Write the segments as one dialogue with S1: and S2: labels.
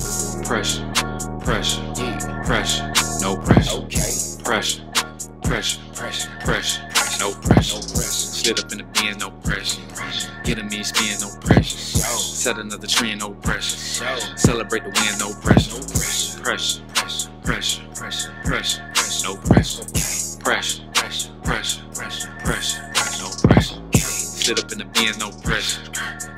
S1: Pressure, pressure,
S2: Yeah.
S1: pressure, no pressure.
S2: Okay.
S1: Pressure, pressure,
S2: Pressure.
S1: pressure, no
S2: No
S1: pressure.
S2: pressure.
S1: Slid up in the bin, no pressure. Get a mean spin, no pressure.
S2: Yo.
S1: Set another trend, no pressure.
S2: Yo.
S1: Celebrate the win, no pressure.
S2: No pressure.
S1: Pressure,
S2: Pressure.
S1: pressure,
S2: Pressure.
S1: pressure,
S2: Pressure.
S1: no pressure.
S2: Okay.
S1: Pressure,
S2: Pressure.
S1: pressure,
S2: Pressure.
S1: pressure, no pressure.
S2: Okay.
S1: Slid up in the bin, no pressure.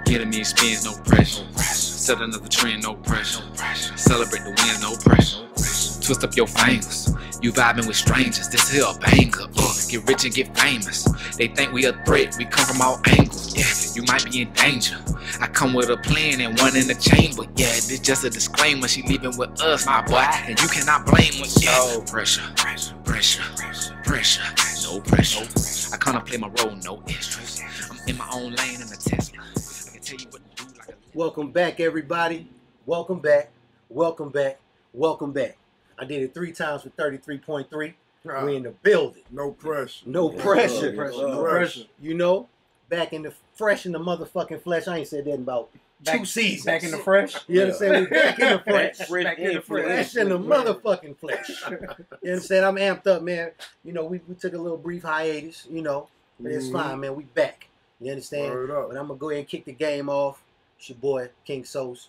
S1: Get a mean spin, no pressure.
S2: No pressure.
S1: Set another trend, no pressure.
S2: No pressure.
S1: Celebrate the win, no pressure.
S2: No pressure.
S1: Twist up your fingers. You vibing with strangers. This here a banger. Uh, get rich and get famous. They think we a threat. We come from all angles. Yeah, you might be in danger. I come with a plan and one in the chamber. Yeah, this just a disclaimer. She leaving with us, my boy, and you cannot blame us. Yeah,
S2: No.
S1: pressure,
S2: Pressure.
S1: pressure,
S2: Pressure.
S1: pressure. No pressure. I kinda play my role, no extras. I'm in my own lane in a Tesla. I can tell you what to do like a
S3: Welcome back, everybody. Welcome back. Welcome back. Welcome back. I did it three times for 33.3.
S4: Nah,
S3: We in the building.
S4: no pressure.
S3: No pressure.
S4: pressure,
S3: No
S4: no
S3: pressure.
S4: pressure.
S3: You know, back in the fresh in the motherfucking flesh. I ain't said that in about two
S5: Back-
S3: seasons.
S5: Back in the fresh.
S3: You know what I'm saying? We back in the fresh.
S5: Back in the
S3: Fresh in the motherfucking flesh. You know what I'm saying? I'm amped up, man. You know, we, we took a little brief hiatus, you know, but it's
S4: Mhm.
S3: fine, man. We back. You understand?
S4: Word up.
S3: But I'm gonna go ahead and kick the game off. It's your boy King Sos,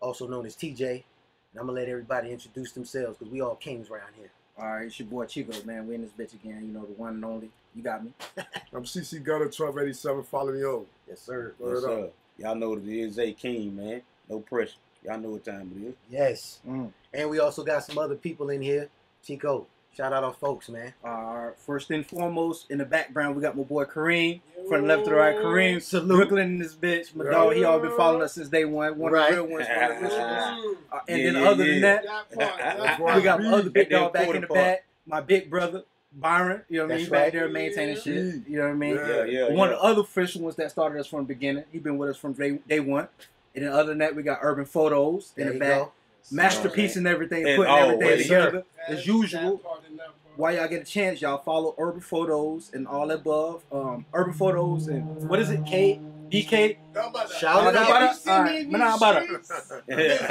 S3: also known as TJ, and I'm gonna let everybody introduce themselves because we all kings around here.
S5: All right, it's your boy Chico, man. We in this bitch again. You know, the one and only. You got me.
S4: I'm CC Gunner, 1287. Follow me over.
S3: Yes, sir.
S4: Word
S6: What's
S4: up.
S6: up? Y'all know what it is, A King, man. No pressure. Y'all know what time it is.
S3: Yes.
S5: Mm.
S3: And we also got some other people in here. Chico, shout out our folks, man.
S5: All right, Uh, first and foremost, in the background, we got my boy Kareem. From left to right, Kareem.
S3: Salute.
S5: Brooklyn in this bitch. My dog, he always been following us since day one. One
S3: Right.
S5: of the real ones, one of the original ones. Uh, and
S6: Yeah,
S5: then
S6: yeah,
S5: other than
S6: yeah.
S5: that, we got my other big
S6: And then
S5: dog back in
S6: quarter
S5: the
S6: part.
S5: back. My big brother, Byron. You know what I mean?
S3: That's
S5: He back
S3: right.
S5: there maintaining shit. You know what I mean?
S4: Yeah.
S6: Yeah, yeah.
S5: One
S6: yeah.
S5: of the other fresh ones that started us from the beginning. He's been with us from day, day one. And then other than that, we got Urban Photos in
S3: There
S5: the
S3: you
S5: back.
S3: go.
S5: Masterpiece and everything,
S6: And
S5: putting everything
S6: always.
S5: together. As usual, while y'all get a chance, y'all follow Urban Photos and all above. Um, Urban Photos and what is it? K? DK?
S3: Shout it
S5: Nah,
S3: out.
S5: about it. All right, nah, about it.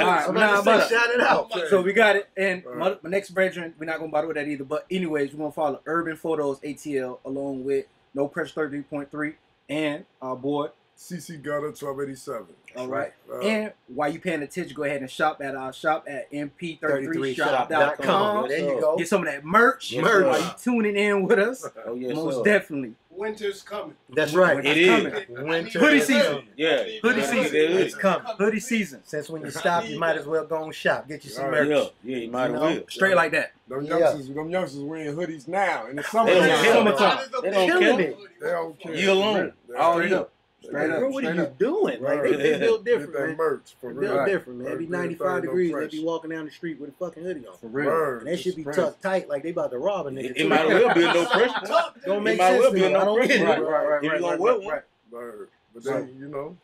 S5: All right,
S3: Somebody
S5: nah,
S3: say
S5: about it.
S3: shout it out.
S5: So we got it. And
S4: All
S5: my,
S4: right.
S5: my next brethren, we're not gonna bother with that either. But anyways, we're gonna follow Urban Photos ATL along with No Pressure Thirty Point Three and our boy.
S4: CC Gunner, 1287.
S5: All right.
S4: Uh,
S5: And while you paying attention, go ahead and shop at our shop at
S3: shop.com.
S5: mp33shop.com.
S3: There you go.
S5: Get some of that merch.
S6: Yes,
S3: Merch.
S5: While you tuning in with us,
S6: Oh, yes,
S5: most
S6: sir.
S5: definitely.
S7: Winter's coming.
S3: That's right.
S5: Winter's
S6: It is.
S5: coming.
S3: Winter
S5: Hoodie
S3: is
S5: season.
S3: coming.
S6: Yeah.
S5: Hoodie
S6: Yeah,
S5: season.
S6: it is.
S5: It's coming. Hoodie season.
S3: Since when you stop, you might as well go and shop. Get you some
S4: All
S6: Yeah,
S4: right.
S3: merch.
S6: yeah, you might
S3: You
S6: as
S3: know,
S6: well.
S5: Straight like that.
S4: Them
S3: Yeah.
S4: youngsters, them youngsters wearing hoodies now in the summer.
S6: They don't
S4: They
S6: care.
S5: Summertime.
S6: They don't
S3: Killing
S6: care.
S3: it.
S4: don't care.
S6: You alone.
S4: They
S5: All
S4: don't
S5: right.
S4: care.
S5: Straight up.
S3: Bro, what
S5: straight
S3: are you
S5: up.
S3: doing? Like they, they built
S4: Get
S3: different,
S4: that
S3: man.
S4: merch for
S3: They
S4: real.
S3: built different, man. They be
S4: Right.
S3: 95
S4: Everything
S3: degrees.
S4: no
S3: They be
S4: pressure.
S3: walking down the street with a fucking hoodie on.
S5: For real.
S4: Word.
S3: And that should be
S4: It's pressure.
S3: tucked tight, like they about to rob a nigga.
S6: It, it might as well be a no pressure.
S3: Don't
S6: it
S3: make
S6: might
S3: sense.
S6: well
S3: to
S6: be a
S3: me. I don't
S6: no-brainer.
S3: get it,
S5: Right,
S3: bro.
S5: right, right.
S6: If you
S5: right,
S6: gonna
S5: right,
S6: wear
S5: right,
S6: one.
S5: right.
S4: Word. But they, you know,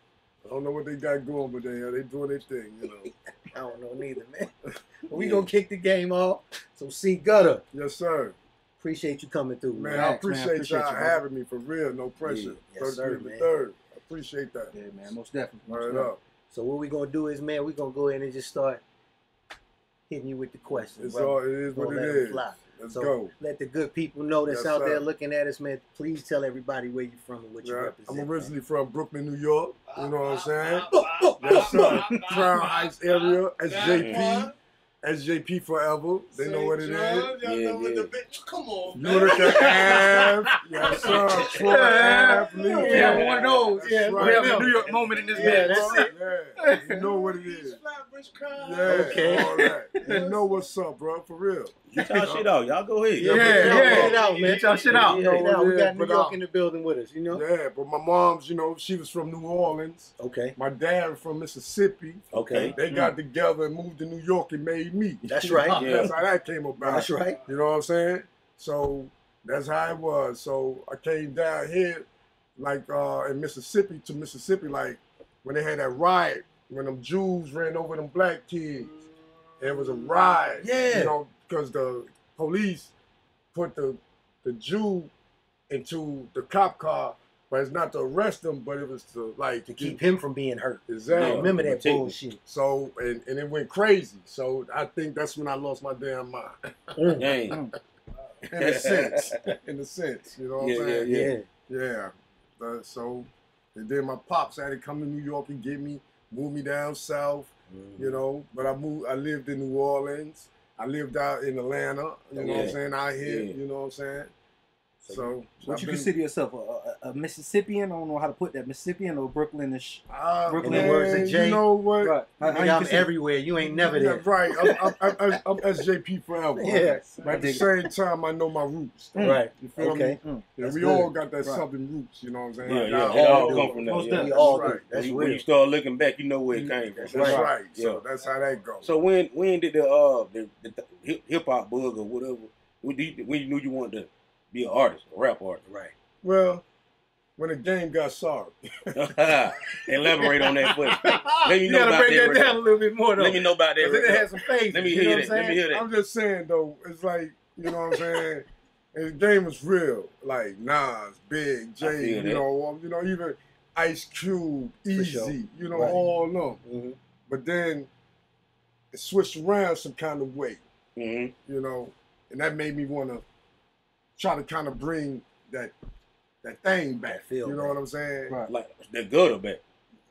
S4: I don't know what they got going, but they they doing their thing, you know.
S3: I don't know neither, man. But we gonna kick the game off. So see gutter.
S4: yes, sir.
S3: Appreciate you coming through, man.
S4: Man, I
S5: Relax, man.
S4: appreciate,
S5: Appreciate
S4: y'all
S5: you, bro.
S4: having me for real. No pressure.
S3: Yeah. Yes, sir,
S4: 33
S3: man.
S4: to third. I appreciate that.
S5: Yeah, man. Most definitely. Most
S4: Word
S5: definitely.
S4: up.
S3: So what we gonna do is, man, we gonna go in and just start hitting you with the questions.
S4: It's
S3: brother.
S4: all. It is
S3: Gonna
S4: what it
S3: let 'em
S4: is.
S3: fly.
S4: Let's
S3: So,
S4: go.
S3: Let the good people know that's
S4: Yes,
S3: out there
S4: sir.
S3: looking at us, man. Please tell everybody where you from and what you
S4: Right.
S3: represent.
S4: I'm
S3: man.
S4: originally from Brooklyn, New York. You know what I'm saying?
S7: Yes,
S4: sir. Crown Heights area. SJP. SJP forever. They know what it is.
S6: Yeah, yeah.
S7: Come on. man.
S4: Utica Ave. Yes, sir. Troy Ave. Lincoln.
S5: Yeah, one of those.
S4: That's
S5: Yeah,
S4: right.
S5: we have a New York moment in this
S4: Yeah,
S5: bitch.
S4: that's it. Yeah. You know what it is.
S7: East Flatbush Crown.
S4: Yeah,
S3: Okay.
S4: all that. You know what's up, bro, for real.
S6: Get y'all shit out. Y'all go ahead.
S4: Yeah,
S3: Get
S4: yeah.
S3: it out, man.
S5: Get y'all shit out.
S3: Get it out. We
S4: Yeah,
S3: got New
S4: but,
S3: York
S4: uh,
S3: in the building with us, you know?
S4: Yeah, but my mom's, you know, she was from New Orleans.
S3: Okay.
S4: My dad from Mississippi.
S6: Okay.
S4: They got together and moved to New York and made me.
S3: That's right.
S6: Yeah.
S4: That's how that came about.
S3: That's right.
S4: You know what I'm saying? So that's how it was. So I came down here, like uh, in Mississippi to Mississippi, like when they had that riot, when them Jews ran over them black kids. It was a riot.
S3: Yeah.
S4: You know, because the police put the the Jew into the cop car But it's not to arrest him, but it was to like
S3: to keep him from being hurt.
S4: Exactly.
S6: Yeah.
S3: Remember that
S6: Protect him.
S3: bullshit.
S4: So and, and it went crazy. So I think that's when I lost my damn mind.
S6: Dang.
S4: In a sense. In a sense. You know what
S6: Yeah,
S4: I'm
S6: yeah,
S4: saying?
S3: Yeah.
S4: Yeah. Uh, so, and then my pops had to come to New York and get me, move me down south, you know. But I moved, I lived in New Orleans. I lived out in Atlanta, you know what I'm
S6: Yeah.
S4: saying, out here,
S6: Yeah.
S4: you know what I'm saying.
S6: So
S4: So,
S5: What
S4: I've
S5: you
S4: been-
S5: consider yourself a, a, a Mississippian? I don't know how to put that. Mississippian or Brooklynish?
S4: uh,
S5: Brooklyn
S4: man,
S3: words and Jay.
S4: You know what?
S5: Right. How, how
S3: Nigga,
S5: you
S3: I'm
S5: consider-
S3: everywhere. You ain't never
S4: Yeah,
S3: there.
S4: right. I'm, I'm, I'm, I'm, I'm SJP forever.
S3: Yeah.
S4: But at the
S5: dig it.
S4: same time, I know my roots.
S5: Mm.
S3: Right.
S4: You feel me?
S3: Okay.
S5: Mm.
S4: And
S3: That's
S4: we
S3: good.
S4: all got that
S5: Right.
S4: southern roots, you know what I'm saying?
S6: Yeah,
S4: Like,
S6: yeah.
S4: I-
S6: It all
S3: do.
S6: come from there.
S5: Most
S6: Yeah.
S3: We
S5: definitely.
S3: all
S4: That's
S3: do.
S4: right.
S3: That's
S6: when, you, when
S3: real.
S6: you start looking back, you know where it came from.
S4: That's right. So
S6: Yeah.
S4: that's how that goes.
S6: So when when did the uh the, the hip hop bug or whatever when do you, when you knew you wanted to be an artist, a rap artist?
S3: Right.
S4: well, when the game got sorry.
S6: Elaborate on that first. Let me
S4: you
S6: know
S4: gotta
S6: about
S4: break
S6: that.
S4: that down a
S6: Rick.
S4: little bit more though.
S6: Let me know about that.
S4: Cause it
S6: Rick.
S4: had some phases.
S6: Let me
S4: you
S6: hear
S4: know what
S6: that. Let
S4: I'm
S6: me hear
S4: saying?
S6: that.
S4: I'm just saying though, it's like you know what I'm saying. And the game was real, like Nas, Big
S6: I feel
S4: J, you
S6: that.
S4: know, um, you know, even Ice Cube, Easy,
S3: sure.
S4: you know,
S3: Right.
S4: all of them.
S3: Mhm.
S4: But then it switched around some kind of way,
S6: Mhm.
S4: you know, and that made me want to try to kind of bring that that thing back.
S3: That feel
S4: you know
S3: back.
S4: what I'm saying?
S5: Right.
S6: Like the gutter back.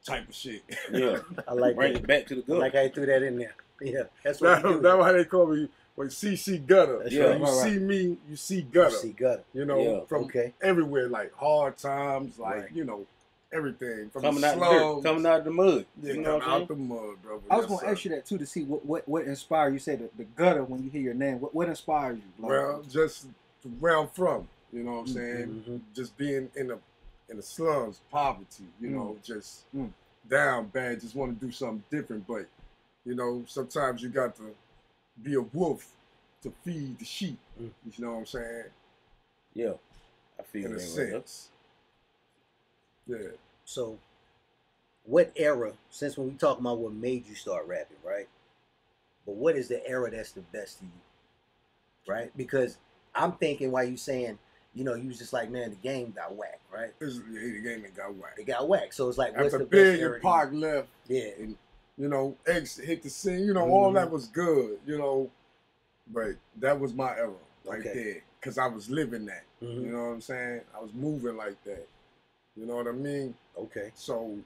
S4: Type of shit.
S6: Yeah.
S3: I like
S6: Bring
S3: that.
S6: it back to the gutter.
S3: Like I threw that in there. Yeah. That's what
S4: That's
S3: you do.
S4: why they call me like CC Gutter.
S3: That's
S4: yeah,
S6: right.
S4: you
S5: Right, right.
S4: see me, you see
S3: You
S4: Gutter.
S3: see gutter.
S4: you know,
S6: Yeah.
S4: from
S3: Okay.
S4: everywhere, like hard times, like
S3: Right.
S4: you know, everything from
S6: coming
S4: the
S6: out the dirt,
S4: slums,
S6: coming out of the mud.
S4: yeah,
S6: you know what
S4: coming
S6: I'm
S4: out
S6: saying?
S4: the mud, brother.
S5: I was
S4: Yes,
S5: going to ask
S4: sir.
S5: you that too to see what what what inspired you. Say the, the gutter when you hear your name. What what inspired you? Like,
S4: Well, just where I'm from, you know what I'm
S5: Mm,
S4: saying.
S3: Mhm.
S4: Just being in the in the slums, poverty, you
S5: Mm.
S4: know, just
S5: Mm.
S4: down bad, just want to do something different, but you know, sometimes you got to be a wolf to feed the sheep.
S3: Mm.
S4: You know what I'm saying?
S6: Yeah. I feel
S4: In a
S6: that right there.
S4: sense. Yeah.
S3: So, what era? Since when we talking about what made you start rapping, right? But what is the era that's the best to you, right? Because I'm thinking why you saying, you know, you was just like, man, the game got whacked, right?
S4: This is the game that got whacked.
S3: It got whacked. So it's like, what's
S4: After
S3: the best
S4: Big
S3: era?
S4: and
S3: to
S4: Pac left,
S3: you? Yeah,
S4: you know, X hit the scene, you know, all
S3: Mhm.
S4: that was good, you know, but that was my era right
S3: Okay.
S4: there because I was living that,
S3: Mhm.
S4: you know what I'm saying? I was moving like that, you know what I mean?
S3: okay,
S4: So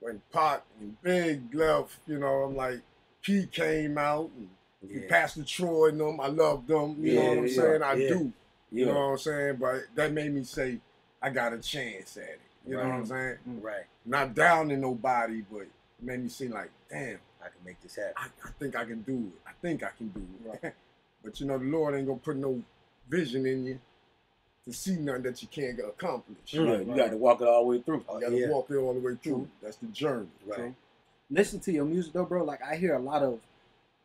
S4: when Pac and Big left, you know, I'm like, P came out and
S3: yeah,
S4: Pastor Troy and them, I love them, you know
S6: Yeah,
S4: what I'm
S6: yeah,
S4: saying? I
S3: yeah.
S4: do, you know
S6: Yeah.
S4: what I'm saying? But that made me say, I got a chance at it, you know what I'm saying?
S5: Mm.
S3: right.
S4: not downing nobody, but it made me seem like, damn,
S3: I can make this happen.
S4: I, I think I can do it. I think I can do it. but you know, the Lord ain't gonna put no vision in you to see nothing that you can't accomplish.
S6: Yeah, you got to walk it all the way through.
S3: Oh,
S4: You gotta
S3: yeah.
S4: walk it all the way through. That's the journey.
S3: Right.
S4: True.
S5: listen to your music though, bro. Like I hear a lot of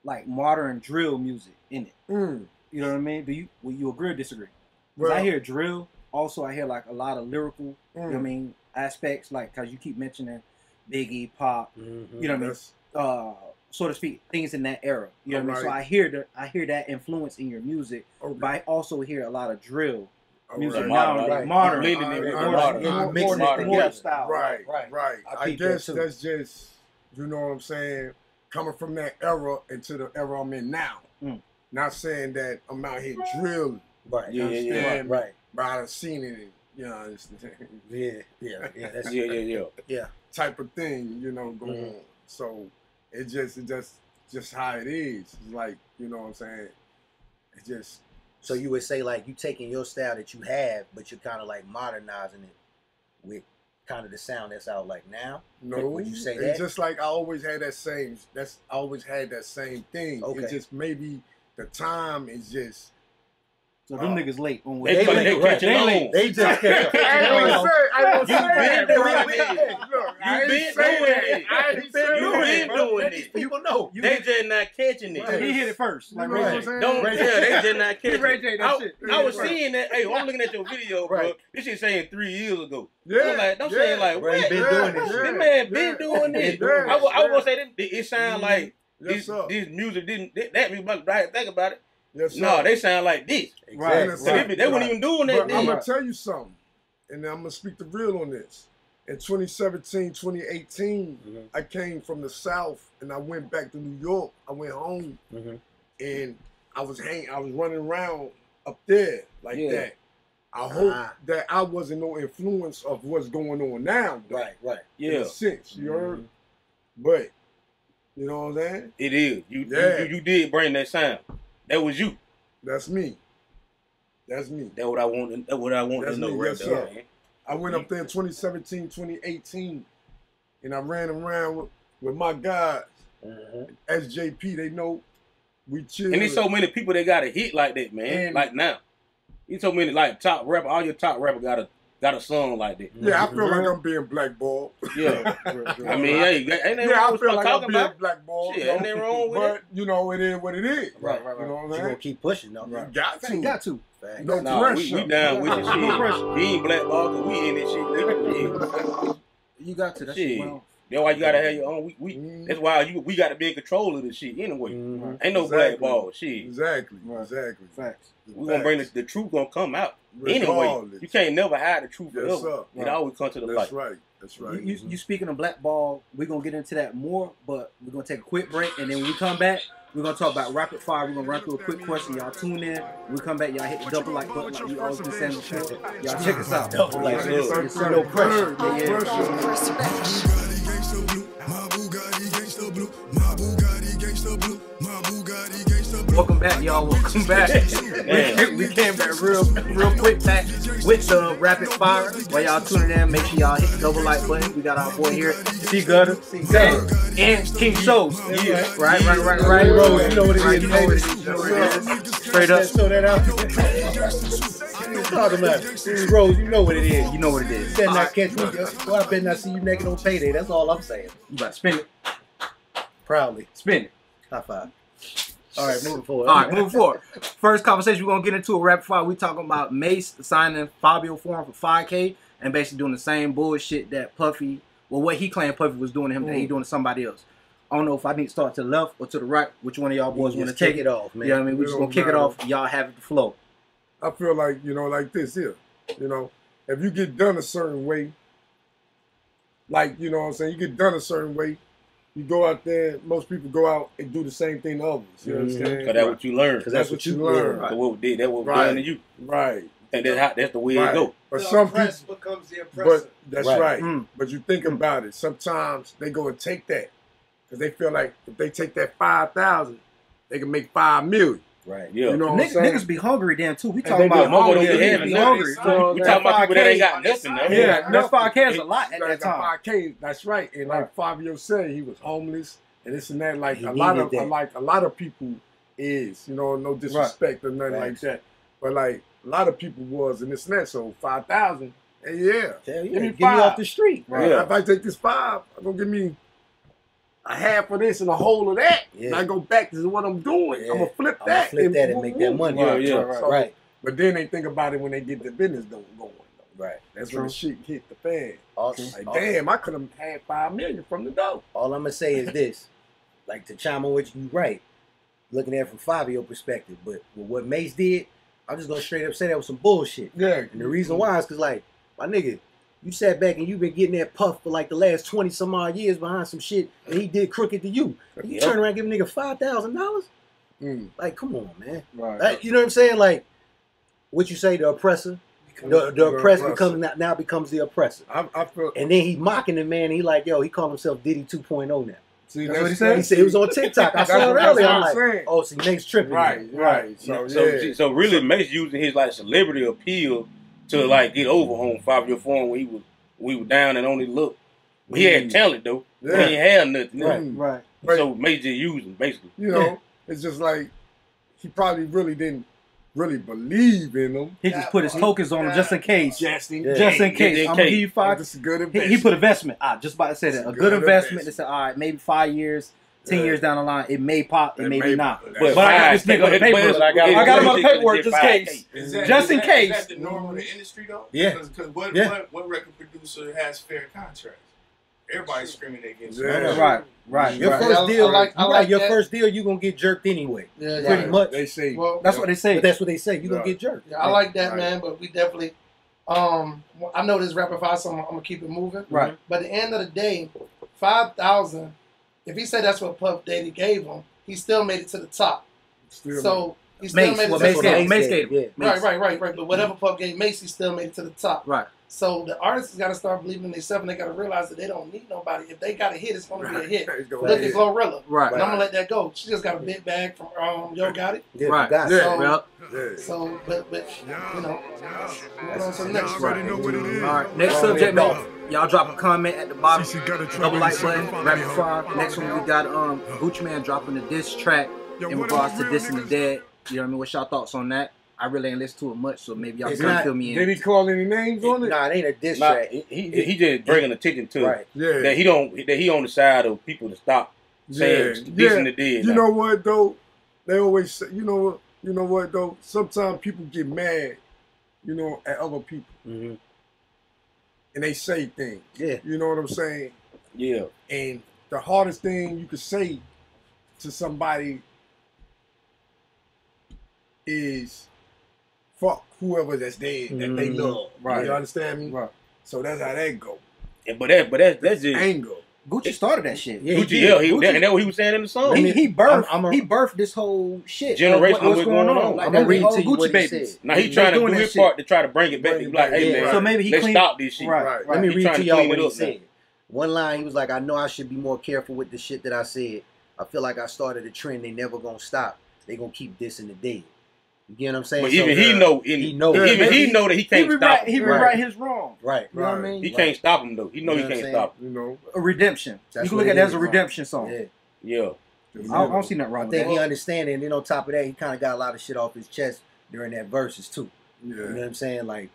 S5: like modern drill music in it.
S4: Mm.
S5: You know what I mean? Do you will you agree or disagree? 'Cause
S4: Well,
S5: I hear drill. Also, I hear like a lot of lyrical. You know what I
S4: mm,
S5: mean aspects like because you keep mentioning Biggie, Pop.
S3: Mhm.
S5: You know what I mean?
S4: that's
S5: Uh, so to speak, things in that era. You know what I mean? So
S4: Alright.
S5: I hear the I hear that influence in your music,
S4: okay.
S5: but I also hear a lot of drill
S4: All
S5: music
S4: right.
S5: now,
S6: Modern,
S5: like
S6: right.
S5: modern,
S6: Blending it with
S5: more,
S6: modern.
S5: more-
S4: Yeah,
S5: more-
S3: mixing it
S5: more
S3: together.
S5: style,
S4: Right, right.
S3: I
S4: I,
S3: peeped that
S4: guess
S3: too.
S4: that's just, you know what I'm saying, coming from that era into the era I'm in now.
S5: Mm.
S4: Not saying that I'm out here drilling,
S3: right,
S6: Yeah, yeah, yeah.
S4: understand?
S3: right,
S4: but I've seen it, in, you know, it's the
S3: yeah, yeah, yeah. That's
S6: Yeah, yeah, yeah.
S4: type of thing, you know, going
S3: Mhm.
S4: on. So it just, it just, just how it is. It's like, you know what I'm saying? It just,
S3: So you would say like you taking your style that you have, but you're kind of like modernizing it with kind of the sound that's out like now.
S4: no.
S3: Would you say
S4: it's
S3: that?
S4: just like I always had that same, that's, I always had that same thing.
S3: Okay.
S4: It just maybe the time is just,
S5: So them
S4: Uh,
S5: niggas late on what
S3: They
S6: They, they,
S3: late,
S6: they
S3: right.
S6: catching
S5: They
S6: on.
S5: late.
S3: They just can't.
S4: I
S6: You been doing it. You been doing it. You been doing it.
S3: People know. You
S6: They just not catching it.
S5: He hit it first. Like
S4: You know what I'm
S5: right.
S4: saying?
S6: Don't
S5: Ray
S6: yeah, they just not catching.
S5: Ray
S6: it.
S5: J, that
S6: I,
S5: shit.
S6: I was
S4: Right.
S6: seeing that. Hey, I'm looking at your video, bro.
S3: Right.
S6: This shit saying three years ago.
S4: Yeah,
S6: I'm like, I'm
S4: yeah,
S6: saying like,
S3: Ray
S6: what?
S3: been
S4: yeah,
S3: doing
S4: yeah,
S3: this.
S6: This man been
S4: yeah.
S6: doing this.
S4: Yeah,
S6: I, wa- I was
S4: yeah.
S6: gonna say this. It sound like
S4: Yes,
S6: this,
S4: sir.
S6: this music didn't that, that music. But I think about it.
S4: Yes, sir.
S6: No, they sound like this.
S3: Exactly.
S5: Right.
S6: So they, be- they weren't even doing that.
S4: But I'm
S6: then.
S4: gonna tell you something. and I'm gonna speak the real on this. In 2017, 2018,
S6: Mm-hmm.
S3: Mhm.
S4: I came from the South and I went back to New York. I went home
S6: Mm-hmm.
S3: Mhm.
S4: and I was hang, I was running around up there like
S6: Yeah.
S4: that. I hope
S3: Ah.
S4: that I wasn't no influence of what's going on now, though,
S3: Right, right.
S4: In
S6: Yeah, Mm-hmm.
S4: a sense, you heard. But you know what I'm saying?
S6: it is. You,
S4: Yeah.
S6: you you you did bring that sound. That was you.
S4: That's me. That's me.
S6: That what I want. That what I want
S4: That's
S6: to know
S4: me,
S6: right
S4: yes,
S6: there.
S4: sir. I went up there in 2017, 2018, and I ran around with, with my guys,
S3: Mm-hmm.
S4: SJP. They know we chill.
S6: And there's so many people that got a hit like that, man.
S4: And-
S6: like now, you so many like top rapper. All your top rapper got a got a song like that.
S4: yeah, I feel like
S5: Mm-hmm.
S4: I'm being blackballed.
S6: Yeah, I mean,
S4: yeah,
S6: hey, ain't that
S4: yeah, I
S6: what
S4: feel
S6: we're
S4: like I'm
S6: talking
S4: being
S6: about?
S4: blackballed.
S6: Shit,
S4: you
S6: ain't
S4: know?
S6: nothing wrong with
S4: But you know, it is what it is.
S5: Right, right,
S4: You
S5: right.
S4: know
S3: You
S4: what I'm
S3: gonna
S4: saying?
S3: keep pushing though.
S4: You got
S5: You
S4: to.
S5: got to.
S3: Facts.
S4: No
S6: it. Nah, we,
S4: pressure.
S6: we down with it. Shit.
S5: No pressure.
S6: We ain't black ball, cause we in this shit. nigga. Yeah.
S5: You got to. That's
S6: Shit.
S5: well.
S6: That's why you gotta have your own. We, we
S4: Mhm.
S6: that's why you we gotta be in control of this shit anyway.
S3: Mhm.
S6: Ain't no
S4: Exactly.
S6: black ball. Shit,
S4: Exactly.
S5: Right.
S4: Exactly.
S5: Facts.
S6: we gonna bring the,
S4: Facts.
S6: the truth gonna come out anyway.
S4: Regardless.
S6: You can't never hide the truth
S4: Yes,
S6: forever.
S4: sir.
S6: It always comes to the
S4: That's
S6: light.
S4: right. That's right. Mm-hmm.
S5: You, you, you speaking of black ball, we're gonna get into that more, but we're gonna take a quick break and then when we come back, we're gonna talk about rapid fire. We're gonna run through a quick question. Y'all tune in. When we come back, y'all hit the double like button like we always been saying before. Y'all check us out.
S3: Double like
S5: Yeah,
S6: button.
S5: it's- it's no pressure.
S4: No
S5: Yeah, yeah.
S4: pressure.
S2: Bugatti gangsta blue, my Bugatti gangsta blue, my Bugatti gangsta blue, my Bugatti gangsta blue.
S5: Welcome back, y'all. Welcome back.
S6: Man.
S5: we came back real, real quick back with the rapid fire. While y'all tuning in, make sure y'all hit the double like button. We got our boy here, C Gutter, and, and King Shows.
S6: Yeah.
S5: Right, right, right, right.
S4: Rolling. You know what it
S5: Right,
S4: is,
S5: you know
S4: baby.
S5: what it is. You know what it is. Straight up.
S3: Throw that out. Talking about it. Rose, you know what it is.
S5: You know what it is.
S3: better
S5: All
S3: not
S5: right,
S3: catch me. Well, I better not see you naked on payday. That's all I'm saying.
S5: You about to spin it.
S3: Proudly.
S5: Spin it.
S3: High five. All right, moving forward.
S5: All right, moving forward. First conversation, we're going to get into a rapid fire. we talking about Mace signing Fabio Forum for 5K and basically doing the same bullshit that Puffy, well, what he claimed Puffy was doing to him that he doing to somebody else. I don't know if I need to start to the left or to the right, which one of y'all boys want to
S3: Just
S5: take it.
S3: off,
S5: You
S3: man.
S5: know what I mean? We're just going to kick it off. Y'all have it to flow.
S4: I feel like you know, like this here. You know, if you get done a certain way, like you know, what I'm saying you get done a certain way, you go out there. Most people go out and do the same thing to others. You
S3: Mhm.
S4: understand?
S6: Cause that's what you learn.
S3: 'Cause
S6: Cause
S4: that's what you learn.
S6: that's what we did. That's what we
S4: Right.
S6: done to you.
S4: Right.
S6: And that's how that's the way
S4: Right.
S6: it go.
S4: But
S7: the
S4: some people,
S7: oppressed becomes the oppressor.
S4: but that's
S3: Right.
S4: right.
S5: Mm.
S4: But you think about it. Sometimes they go and take that because they feel like if they take that five thousand, they can make five million.
S3: Right.
S6: Yeah.
S4: You know what I'm
S5: Niggas,
S4: saying?
S5: niggas be hungry then, too. We
S4: And
S5: talking
S4: they be
S5: about
S6: hungry,
S5: hungry.
S6: they
S5: They
S6: having
S5: be
S6: nothing.
S5: hungry.
S4: uh,
S6: We talking about people that ain't got nothing. though.
S4: Yeah.
S5: that's 5Ks a lot at
S4: like
S5: that time.
S4: 5K, that's right. And like Fabio said, he was homeless and this and that. Like
S3: He
S4: a lot
S3: needed
S4: of
S3: that.
S4: like a lot of people is, you know, no disrespect or nothing like
S3: Facts.
S4: that. But like a lot of people was and this and that. So five thousand, and yeah.
S3: Hell yeah.
S4: Give me
S3: Get me off
S4: five.
S3: the street.
S6: Right. Yeah.
S4: If I take this five, I'm gonna give me a half of this and a whole of that.
S3: Yeah.
S4: And I go back to what I'm doing.
S3: Yeah.
S4: I'm gonna flip
S3: I'm gonna
S4: that.
S3: flip that and make that money.
S6: Yeah, yeah.
S4: Right, right,
S3: Right.
S4: But then they think about it when they get the business though going. Though.
S3: Right.
S4: That's when the shit hit the fan.
S3: All,
S4: Like,
S3: all-
S4: damn, I could have had five million from the dough.
S3: all I'm gonna say is this, like to chime on what you right, looking at it from Fabio perspective, but with what Mace did, I'm just gonna straight up say that was some bullshit.
S4: Yeah.
S3: And the reason why is because, like, my nigga, you sat back and you've been getting that puff for like the last 20 some odd years behind some shit and he did crooked to you. And you
S6: Yep.
S3: turn around and give a nigga $5,000?
S4: Mm,
S3: Like, come on, man.
S4: right.
S3: Like, you know what I'm saying? Like, what you say, the oppressor? The, the oppressed becomes now, now becomes the oppressor.
S4: I, I feel.
S3: And then he mocking the man. And he like, yo, he called himself Diddy 2.0 now.
S4: See,
S5: That's what he
S3: He said he was on TikTok. I
S4: That's
S3: saw it
S4: what- that's
S3: earlier.
S4: what
S3: I'm
S4: I'm
S3: like,
S4: saying.
S3: oh, see, Nate's tripping.
S4: Right, right. So,
S6: So,
S4: yeah.
S6: so really, Mace using his like celebrity appeal to like get over on five year form when he was when he was down and only look. He had
S4: Mm.
S6: talent though.
S4: Yeah. Mm.
S6: He ain't had nothing.
S4: Right.
S5: Right.
S4: Right.
S6: So Mace just using basically.
S4: You know, it's just like he probably really didn't really believe in them.
S5: He just put his tokens on him just in case.
S4: Just in
S3: Yeah.
S5: Just in
S6: Just
S5: case.
S6: in
S5: I'm going to give
S6: case.
S5: you five
S4: This is good
S5: He,
S4: investment.
S5: he put investment. I just about to say that.
S4: It's
S5: A
S4: a
S5: good
S4: good
S5: investment.
S4: investment.
S5: It's all right. Maybe five years, ten
S4: Yeah.
S5: years down the line, it may pop. It,
S4: It
S5: may
S4: may-
S5: be not.
S4: But
S5: But I got
S6: five-
S5: this nigga on the
S6: but- but-
S5: paper.
S6: but I got,
S5: I got him on
S6: on
S5: the paperwork just in case.
S7: Is that-
S5: Just in
S7: is that-
S5: case.
S7: Is that the norm of the industry though?
S3: Yeah.
S7: Because what,
S3: Yeah.
S7: what, what record producer has fair contracts? Everybody's screaming against
S4: Yeah.
S7: it.
S5: Right, right.
S3: Your
S4: Right.
S3: first deal,
S8: I like-
S3: you
S8: I
S3: got
S8: like
S3: your
S8: that.
S3: first deal, you gonna get jerked anyway.
S8: Yeah,
S3: Pretty
S8: yeah.
S3: much.
S4: They say
S8: Well,
S5: That's what they say.
S3: But that's what they say. You gonna
S4: Yeah.
S3: get jerked.
S8: yeah, I like that,
S4: Right.
S8: man. But we definitely Um, I know this rapid fire, so I'm, I'm gonna keep it moving.
S5: Right.
S8: But at the end of the day, five thousand. If he said that's what Puff Daddy gave him, he still made it to the top.
S4: Still,
S8: So he still
S5: Mace,
S8: made it
S5: well,
S8: to
S5: Mace
S8: the
S5: gave,
S8: top.
S5: Mace gave,
S3: Yeah.
S8: Right, right, right, right. But whatever Puff gave Mace, he still made it to the top.
S5: Right.
S8: So the artists got to start believing in themselves, and they got to realize that they don't need nobody. If they got a hit, it's gonna be a hit.
S4: It's gonna
S8: Look
S4: be
S8: at
S4: it.
S8: Glorilla.
S5: right,
S8: And I'm gonna let that go. She just got a big bag from um Yo Got It.
S3: Yeah,
S5: Right.
S3: Got it.
S4: Yeah.
S8: So,
S5: Yep.
S4: Yeah.
S8: so but but you know, moving on to the next
S2: Y'all
S8: one.
S2: already know what it is.
S5: All right, next
S4: Oh,
S5: subject,
S4: yeah.
S5: man. Y'all drop a comment at the bottom.
S2: She got a
S5: Double
S2: trouble
S5: like button, rapid fire. Next one we got um Gucci Man dropping the diss track in regards to dissing the dead. You know what I mean? What's y'all thoughts on that? I really ain't listened to it much, so maybe y'all
S3: It's
S5: can
S3: not-
S5: fill me
S4: Did
S5: in.
S4: he call any names on it?
S3: Nah, it ain't a diss
S6: Nah,
S3: track.
S6: he, he he just bringing attention to
S3: Right.
S4: Yeah.
S6: that he don't that he on the side of people to stop
S4: yeah.
S6: saying
S4: yeah.
S6: this and the dead.
S4: You know what though? They always say, you know what, you know what though? Sometimes people get mad, you know, at other people
S6: Mm-hmm.
S3: Mhm.
S4: and they say things.
S3: Yeah.
S4: You know what I'm saying?
S6: yeah,
S4: And the hardest thing you could say to somebody is fuck whoever that's dead that they
S3: Mhm.
S4: love.
S6: Mm-hmm. Right.
S4: You understand me?
S6: Right.
S4: So that's how that go.
S6: And- but that but that that's just
S4: Anger.
S5: Gucci started that shit.
S3: Yeah,
S6: Gucci. yeah, he, that, and that's what he was saying in the song.
S5: He, he birthed
S3: I'm- I'm a-
S5: he birthed this whole shit.
S6: Generational
S5: Like, what- what's
S6: what's
S5: going
S6: going
S5: on?
S6: on.
S5: Like,
S3: I'ma
S5: that's
S3: read
S5: all
S3: to you
S5: Gucci
S3: what it
S5: babies.
S3: said.
S6: now he
S5: They
S6: trying to
S5: doing
S6: do
S5: that
S6: his
S5: shit.
S6: part to try to bring it back.
S4: Bring
S6: He
S4: it
S6: be like,
S4: back.
S6: hey
S4: Yeah.
S6: man,
S5: So maybe he
S6: let's
S5: cleaned.
S6: stop this shit.
S5: Right.
S4: Right.
S3: Let
S6: Right.
S3: me
S6: He
S3: read
S6: trying
S3: to
S6: to
S3: y'all
S6: clean
S3: what
S6: it
S3: he
S6: up now.
S3: said. One line, he was like, "I know I should be more careful with the shit that I said. I feel like I started a trend. They never gonna stop. They gonna keep this in the day. You get what I'm saying?
S6: But
S3: So,
S6: even he
S4: yeah.
S6: know, in,
S3: he knows.
S4: Yeah,
S6: even he
S5: he-
S6: know that he can't
S5: he
S6: stop.
S5: rewrite, he
S6: him.
S5: rewrite
S3: Right.
S5: his wrong.
S3: right.
S5: You know what I
S4: Right.
S5: mean?
S6: He can't stop him though. He know
S3: You
S6: he
S3: know what
S6: can't
S3: I'm
S6: stop. Him.
S4: You know.
S5: A redemption.
S3: That's
S5: you can
S3: what
S5: look
S3: it
S5: at that as
S3: is,
S5: a
S3: right.
S5: redemption song.
S3: Yeah.
S6: Yeah,
S5: I, don't, I don't see nothing wrong
S3: I
S5: with
S3: think
S5: that.
S3: he understanding. And then on top of that, he kind of got a lot of shit off his chest during that verses too. You know
S4: Yeah.
S3: what I'm saying? Like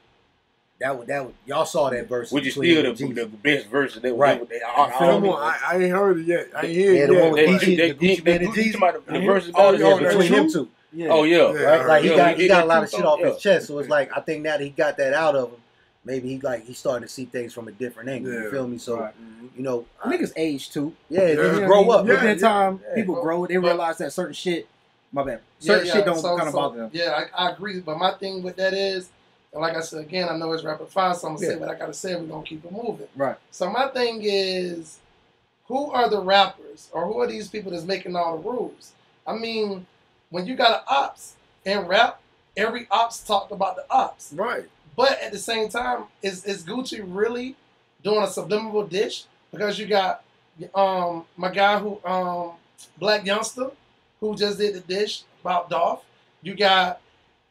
S3: that. Was, that was, y'all saw that verse.
S6: which is
S3: between
S6: still the,
S3: Jesus.
S6: the best verse that
S3: Right.
S6: They, I, I,
S4: Come
S6: don't
S4: on, I, I ain't heard it yet. I ain't
S3: Yeah,
S4: heard
S3: the
S4: it
S3: one
S4: yet.
S3: with
S6: They,
S3: Gucci,
S6: they,
S3: the Gucci
S6: they,
S3: man and
S6: Gucci
S3: Jesus.
S6: about the, the verses
S4: Oh,
S6: about it.
S4: yeah,
S6: Oh,
S4: that's
S3: between them
S4: true.
S3: two,
S5: Yeah.
S6: oh yeah.
S4: Yeah.
S3: right? Like he
S6: Yeah,
S3: got
S6: he-
S3: he got
S6: he
S3: a lot
S6: two
S3: of shit off
S6: songs,
S3: his chest. So it's like I think now that he got that out of him, maybe he like he started to see things from a different angle. You
S4: Yeah.
S3: feel me? So
S5: Right.
S3: you know, I-
S5: Niggas age too.
S3: yeah,
S4: Yeah.
S3: niggas
S5: You know
S3: grow
S5: what I
S3: up.
S5: mean?
S4: Yeah,
S5: Within time,
S3: yeah.
S5: people grow. They
S8: But-
S5: realize that certain shit. My bad. Certain shit don't
S8: so-
S5: kind of
S8: so-
S5: bother them.
S8: Yeah, I, I agree. But my thing with that is, and like I said again, I know it's rapid fire, so I'm gonna
S3: Yeah.
S8: say what I gotta say. We're gonna keep it moving.
S5: Right.
S8: So my thing is, who are the rappers or who are these people that's making all the rules? I mean, when you got an ops and rap, every ops talked about the ops.
S4: Right.
S8: But at the same time, is is Gucci really doing a subliminal dish? Because you got um my guy who um Black Youngster, who just did the dish about Dolph. You got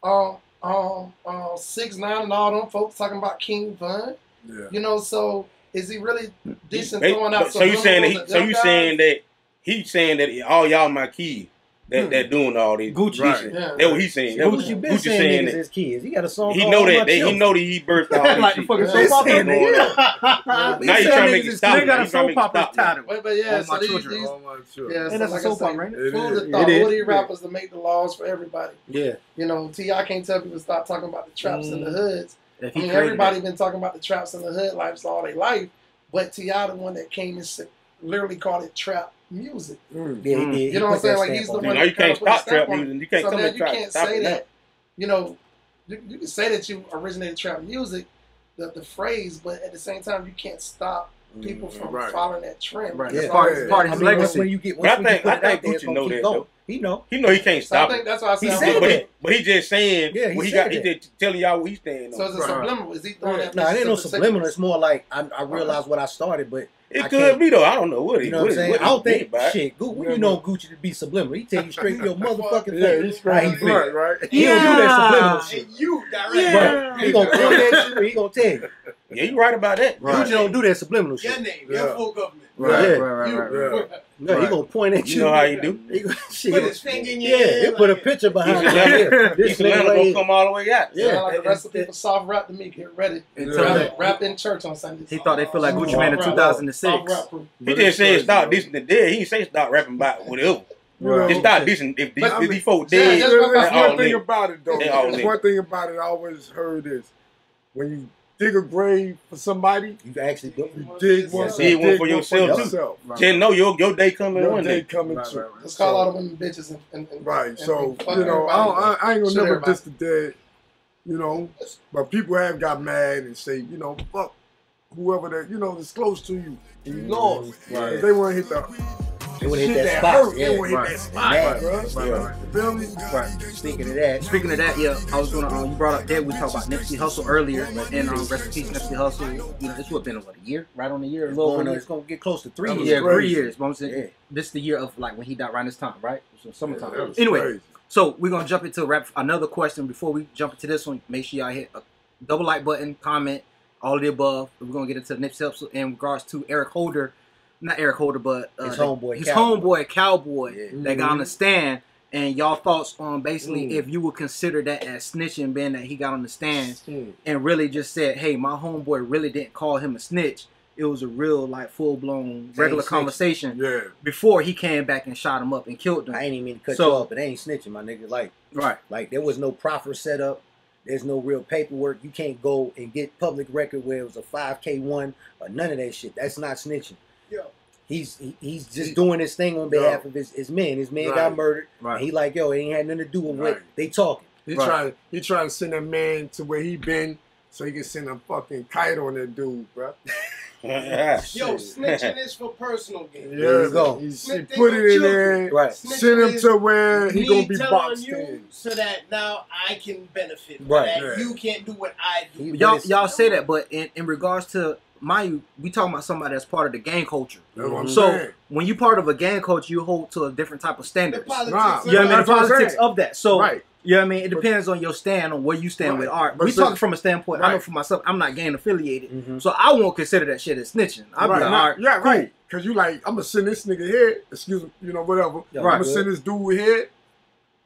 S8: um um um six nine and all them folks talking about King Von.
S4: Yeah.
S8: You know, so is he really dishing
S6: They-
S8: throwing out
S6: so you saying that
S8: subliminals
S6: he,
S8: at
S6: so
S8: them
S6: you
S8: guys?
S6: saying that he saying that all y'all my kids that that doing all this.
S5: Gucci.
S4: Right.
S5: shit.
S8: Yeah.
S6: That what he saying. That what
S3: Gucci been
S6: Gucci
S3: saying,
S6: saying
S3: niggas
S6: that.
S3: is kids. He got a song.
S6: He
S3: called
S6: know
S3: All My
S6: that. They, he
S3: Children.
S6: know that he birthed all this
S5: like the
S6: shit.
S5: fucking
S8: Yeah.
S5: soap opera.
S4: Saying that,
S5: Yeah.
S6: Now you trying to make it stop.
S5: They got
S6: Now
S5: a
S6: you trying to
S5: soap
S6: make it
S5: opera
S6: stop.
S5: title.
S8: Wait, but yeah,
S5: All
S8: so
S5: my
S8: these,
S5: children.
S8: these
S4: Oh, my God.
S8: yeah, so
S5: And that's
S8: like
S5: a soap
S8: I said,
S5: opera, ain't it?
S4: It
S8: Who
S4: is.
S8: the
S3: It
S8: thought?
S3: is.
S8: Who the rappers to make the laws for everybody?
S3: Yeah,
S8: You know, T.I. can't tell people to stop talking about the traps in the
S5: Mm.
S8: hoods.
S5: If
S8: I
S5: he
S8: mean,
S5: created
S8: everybody
S5: it.
S8: been talking about the traps in the hood lives all their life, but T.I. the one that came and s- literally called it trap music.
S4: Mm.
S3: yeah, he
S5: Mm.
S3: did. He
S8: You know what I'm
S3: put that
S8: saying? Like
S3: stamp
S8: he's the
S3: on
S8: one.
S3: it.
S6: Now
S8: that
S6: you can't
S8: kinda put the
S6: stop
S8: stamp
S6: trap
S8: on it.
S6: music. You can't
S8: So
S6: come
S8: now
S6: and
S8: you
S6: try to
S8: can't
S6: stop
S8: say
S6: it now.
S8: that. You know, you, you can say that you originated trap music, the, the phrase, but at the same time, you can't stop people from
S4: Mm, right.
S8: following that trend.
S5: Right.
S8: That's
S3: Yeah.
S8: all
S4: Part-
S8: it's been.
S5: part
S3: I mean,
S5: of his
S3: once
S5: legacy.
S3: when you get,
S6: But I
S3: once when you
S6: think-
S3: put it
S6: I
S3: out
S6: think
S3: there, it's
S6: Gucci
S3: gonna
S6: know
S3: keep
S6: that,
S3: going.
S6: though.
S3: He know.
S6: He know he can't
S8: So I
S6: stop
S8: think
S6: it.
S8: that's why I said.
S3: He
S8: I'm
S3: said
S8: like,
S6: But
S3: that.
S6: he, but he just saying
S3: Yeah, he
S6: what he
S3: said
S6: got. He
S3: that.
S6: just telling y'all what he's saying.
S8: So
S6: on.
S8: it's a
S4: Right.
S8: subliminal. Is he throwing that?
S3: No, it
S8: message
S3: ain't no
S8: to the
S3: subliminal.
S8: signal?
S3: It's more like I, I realized what I started, but
S6: It
S3: I
S6: could
S3: can't-
S6: be though. I don't know what
S3: you
S6: it.
S3: know what I'm
S6: What it-
S3: saying.
S6: what
S3: I don't
S6: it
S3: think
S6: about.
S3: shit. Gu- When you know Gucci to be subliminal, he tell you straight to your motherfucking
S4: Yeah,
S3: face
S4: he's
S3: how
S4: straight
S3: he
S4: to
S3: feel.
S4: front, right?
S3: He don't do that subliminal shit.
S7: And you
S3: But he
S7: directly.
S3: gonna point at you. and He gonna tell you.
S6: Yeah, you right about that.
S5: Right.
S3: Gucci don't do that subliminal
S7: Your
S3: shit.
S7: name,
S4: Yeah.
S7: your full government.
S5: Right,
S3: Yeah.
S5: right, right, right, right.
S4: Yeah.
S3: No, he
S5: Right.
S3: gonna point at you.
S6: You know how you do.
S3: He gonna- shit,
S7: Put his finger in your
S3: yeah,
S7: ear
S3: he put a
S7: like-
S3: picture behind
S6: He's
S3: him.
S6: a
S3: Yeah,
S6: He's
S3: this
S6: gonna
S3: nigga right here.
S6: come all the way out.
S8: Yeah,
S3: Yeah,
S8: like the
S3: that's-
S8: rest of people soft rap to me. Get ready.
S5: And
S4: Yeah.
S5: tell
S8: Rap,
S5: that-
S8: rap in church on Sundays.
S5: He thought they feel like Gucci
S8: Soft
S5: Mane in
S8: rap.
S5: 2006.
S8: Soft rap.
S6: He just said stop this and dead. He ain't say stop rapping about whatever.
S4: Right.
S6: Just stop dissing. If these,
S4: But-
S6: if these folk
S8: Yeah,
S6: dead,
S4: There's
S8: just They
S6: all
S4: one thing
S6: niggas.
S4: about it though.
S6: They all
S4: There's one thing about it I always heard is when you dig a grave for somebody,
S3: You actually do.
S4: you dig one,
S3: Yes,
S4: you
S6: dig one for yourself, too. just know your your day coming
S4: Your
S6: one
S4: day
S6: day.
S4: coming
S5: Right,
S4: too.
S5: right, right.
S8: Let's call all the women bitches and, and, and
S4: Right,
S8: and-
S4: so
S8: and fuck
S4: you know, I,
S8: everybody.
S4: don't, I, I ain't gonna
S8: Shoot
S4: never
S8: everybody.
S4: diss the dead. you know. But people have got mad and say, you know, fuck whoever that you know is close to you. And you lost.
S6: Right.
S4: If They want to hit the
S3: They wanna hit
S4: shit
S3: that spot,
S4: hurt.
S3: yeah,
S4: They want to
S5: right.
S4: hit that spot,
S3: Mad,
S4: bruh.
S3: yeah.
S4: Like, you feel me?
S3: Right. Speaking of that,
S5: Speaking of that, yeah, I was gonna. Um, you brought up that we talked about Nipsey Hustle earlier, and um, rest in peace, Nipsey Hustle. You know, this would have been what a year, right on the year, a
S3: it's
S5: little
S3: going,
S5: over a
S3: on,
S5: year.
S3: it's going to get close to three
S4: That was
S5: yeah,
S3: years.
S5: three
S4: crazy.
S5: years. But I'm saying
S3: Yeah.
S5: this the year of like when he died around this time, right? So summertime.
S4: Yeah, that was
S5: anyway,
S4: crazy.
S5: so we're gonna jump into rap. Another question before we jump into this one. Make sure y'all hit a double like button, comment, all of the above. We're gonna get into Nipsey Hustle in regards to Eric Holder, not Eric Holder, but uh,
S3: His homeboy,
S5: his
S3: Cowboy.
S5: homeboy Cowboy
S3: Yeah. Mm-hmm.
S5: that got on the stand. And y'all thoughts on basically
S4: Mm.
S5: if you would consider that as snitching, being that he got on the stand
S4: Mm.
S5: and really just said, "Hey, my homeboy really didn't call him a snitch. It was a real, like, full blown regular
S3: snitching.
S5: conversation
S4: Yeah.
S5: before he came back and shot him up and killed him."
S3: I ain't even mean to cut
S5: So-
S3: you off, but they ain't snitching, my nigga. Like,
S5: Right,
S3: like there was no proper setup. There's no real paperwork. You can't go and get public record where it was a 5K1 or none of that shit. That's not snitching.
S8: Yeah.
S3: He's he- he's just doing his thing on behalf of his, his men. His man
S4: Right.
S3: got murdered.
S5: right.
S3: And he like, yo, it ain't had nothing to do with what
S4: Right.
S3: they talking.
S4: He
S5: Right.
S4: trying he trying to send that man to where he been so he can send a fucking kite on that dude, bruh.
S8: Yo, snitching is for personal gain.
S3: There you go.
S4: He, he
S8: Snitch, they
S4: put
S8: go
S4: it in
S8: children.
S4: there.
S3: Right.
S4: Send him
S8: Snitching
S4: to where
S8: is
S4: he
S8: me
S4: gonna be
S8: telling
S4: boxed
S8: you
S4: in.
S8: so that now I can benefit.
S3: Right.
S8: Right. That
S4: Yeah.
S8: you can't do what I do.
S3: He- but
S5: Y'all,
S3: it's-
S5: y'all say that, but in, in regards to Mayu, we talking about somebody that's part of the gang culture.
S4: That's what I'm
S5: So
S4: saying.
S5: when you part of a gang culture, you hold to a different type of
S8: The
S5: standards.
S8: politics.
S4: Nah,
S8: of
S5: You know what I mean? The
S4: That's what I'm
S5: politics
S4: saying.
S5: of that. So
S4: right.
S5: you know what I mean. It
S4: But-
S5: depends on your stand on where you stand
S4: Right.
S5: with art.
S4: But
S5: we
S4: so-
S5: talking from a standpoint. I know
S4: Right.
S5: for myself, I'm not gang affiliated,
S3: Mhm.
S5: so I won't consider that shit as snitching. I'm
S4: right.
S5: like,
S4: Nah,
S5: all right,
S4: yeah,
S5: cool.
S4: right. Cause you like, I'm gonna send this nigga here. Excuse me, you know, whatever.
S3: Yeah,
S4: I'm
S5: Right.
S4: gonna send this dude here.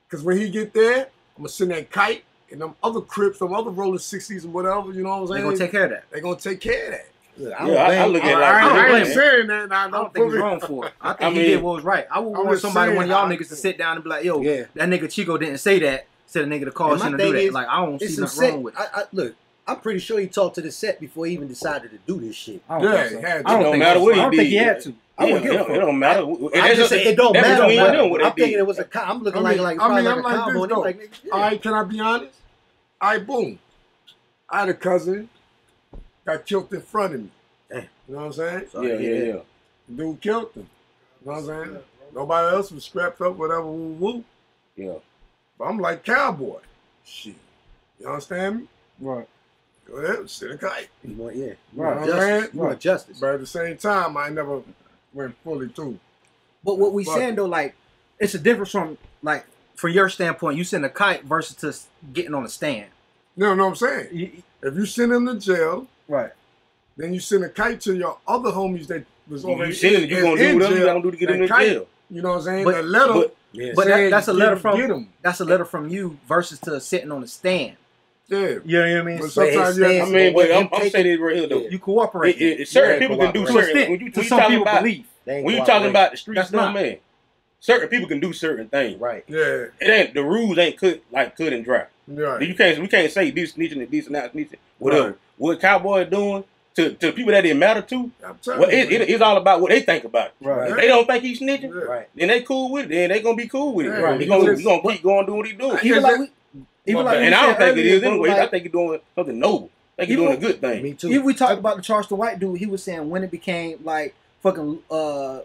S4: Cause when he get there, I'm gonna send that kite and them other crips, them other rolling sixties or whatever. You know what I'm saying?
S5: They gonna take care of that.
S4: They gonna take care of that.
S3: Look,
S6: Yeah, I- I
S3: blame-
S6: look at
S4: I,
S6: Yeah,
S4: I
S6: like,
S4: ain't- I
S5: I
S4: ain't
S5: mean-
S4: saying that. and I,
S5: I don't
S4: don't
S5: think he's
S4: fully-
S5: wrong for it. I think
S6: I
S5: he
S6: mean-
S5: did what was right. I would
S4: I'm
S5: want
S4: just
S5: somebody, one of
S4: saying,
S5: y'all
S4: I-
S5: niggas, to sit down and be like, "Yo,
S3: Yeah.
S5: that nigga Chico didn't say that." Said a nigga to call
S3: And my
S5: him to do
S3: thing
S5: that.
S3: is,
S5: like I don't
S3: It's
S5: see
S3: some
S5: nothing
S3: set.
S5: wrong with it.
S3: I, I, look, I'm pretty sure he talked to the set before he even decided to do this shit.
S5: I don't
S4: Yeah, he
S5: think so.
S4: had
S5: I
S4: to.
S5: don't,
S6: It don't
S5: think
S6: matter
S5: so.
S6: what
S5: I
S6: he
S5: don't think he
S6: did.
S5: had to.
S6: Yeah,
S3: wouldn't
S6: it
S3: give a
S6: don't-
S3: fuck.
S6: it don't matter.
S3: I
S6: That's
S3: just
S6: a-
S3: say it don't
S6: that's
S3: matter.
S6: between
S3: what-
S6: them, what they
S3: I'm thinking
S6: did.
S3: it was a cop. I'm looking
S4: I mean-
S3: like, like,
S4: I
S3: probably
S4: mean,
S3: like
S4: I'm
S3: a
S4: like this,
S3: cowboy. And I'm
S4: though.
S3: like, nigga, yeah.
S4: All right, can I be honest? I boom. I had a cousin got killed in front of me.
S3: Damn.
S4: You know what I'm saying?
S3: So,
S6: yeah, yeah, yeah.
S4: Dude killed him. You know what I'm saying? Nobody else was strapped up, whatever, woo woo.
S6: Yeah.
S4: But I'm like cowboy. Shit. You understand me?
S5: Right.
S4: Go ahead, sit a kite.
S3: You want, yeah. You
S4: Right,
S3: want
S4: man.
S3: justice. You want justice.
S4: But at the same time, I never went fully through.
S5: But what we
S4: Fuck
S5: saying
S4: it.
S5: though, like, it's a difference from like from your standpoint, you send a kite versus to s- getting on a stand.
S4: You know what I'm saying? If you send him to jail,
S5: Right.
S4: then you send a kite to your other homies that was
S6: You,
S4: already
S6: you send it, you
S4: in-
S6: gonna do
S4: in
S6: whatever you
S4: jail.
S6: gotta do to get
S4: That
S6: him in
S4: kite,
S6: jail.
S4: You know what I'm saying?
S5: But-
S4: that letter
S6: but-
S3: Yeah.
S5: But that,
S4: said,
S5: that's a
S4: get
S5: letter
S4: him,
S5: from
S4: get him.
S5: that's a letter from you versus to sitting on a stand.
S4: Yeah.
S5: You know what I mean?
S4: But
S5: So
S4: sometimes you
S6: I
S4: have
S3: It's
S6: mean,
S3: what
S6: but I'm,
S3: him
S6: I'm saying it right here though.
S5: you cooperate
S6: It- it- certain
S3: Yeah,
S6: people can do
S3: cooperate.
S5: to an
S6: certain.
S5: extent.
S6: When you,
S5: to
S6: when you
S5: some
S6: talking
S5: people
S6: about
S5: believe.
S3: They ain't
S6: when you talking
S3: cooperating.
S6: about the streets,
S5: That's
S6: though,
S5: not-
S6: man, certain people can do certain things.
S3: Right.
S4: Yeah.
S6: It ain't the rules ain't cut like cut and dry.
S4: Right.
S6: You can't we can't say this snitching and this and that snitching. Whatever. What cowboy doing to, to people that it matter to?
S4: I'm telling
S6: Well,
S4: you,
S6: it,
S4: man.
S6: it- it's all about what they think about. It.
S4: Right.
S6: If they don't think he's snitching,
S4: Yeah.
S3: Right.
S6: then they cool with it. Then they gonna be cool with it.
S4: Right.
S6: He gonna,
S4: Just-
S6: he gonna keep going doing what he doing.
S5: Even like we, even like we
S6: and I don't
S5: said
S6: think it
S5: earlier,
S6: is
S5: bro,
S6: anyway. I
S5: like-
S6: think you're doing something noble. I think you're
S5: Even-
S6: doing a good thing.
S3: Me
S5: If
S3: too.
S5: we talk about the Charles the White dude, he was saying when it became like fucking uh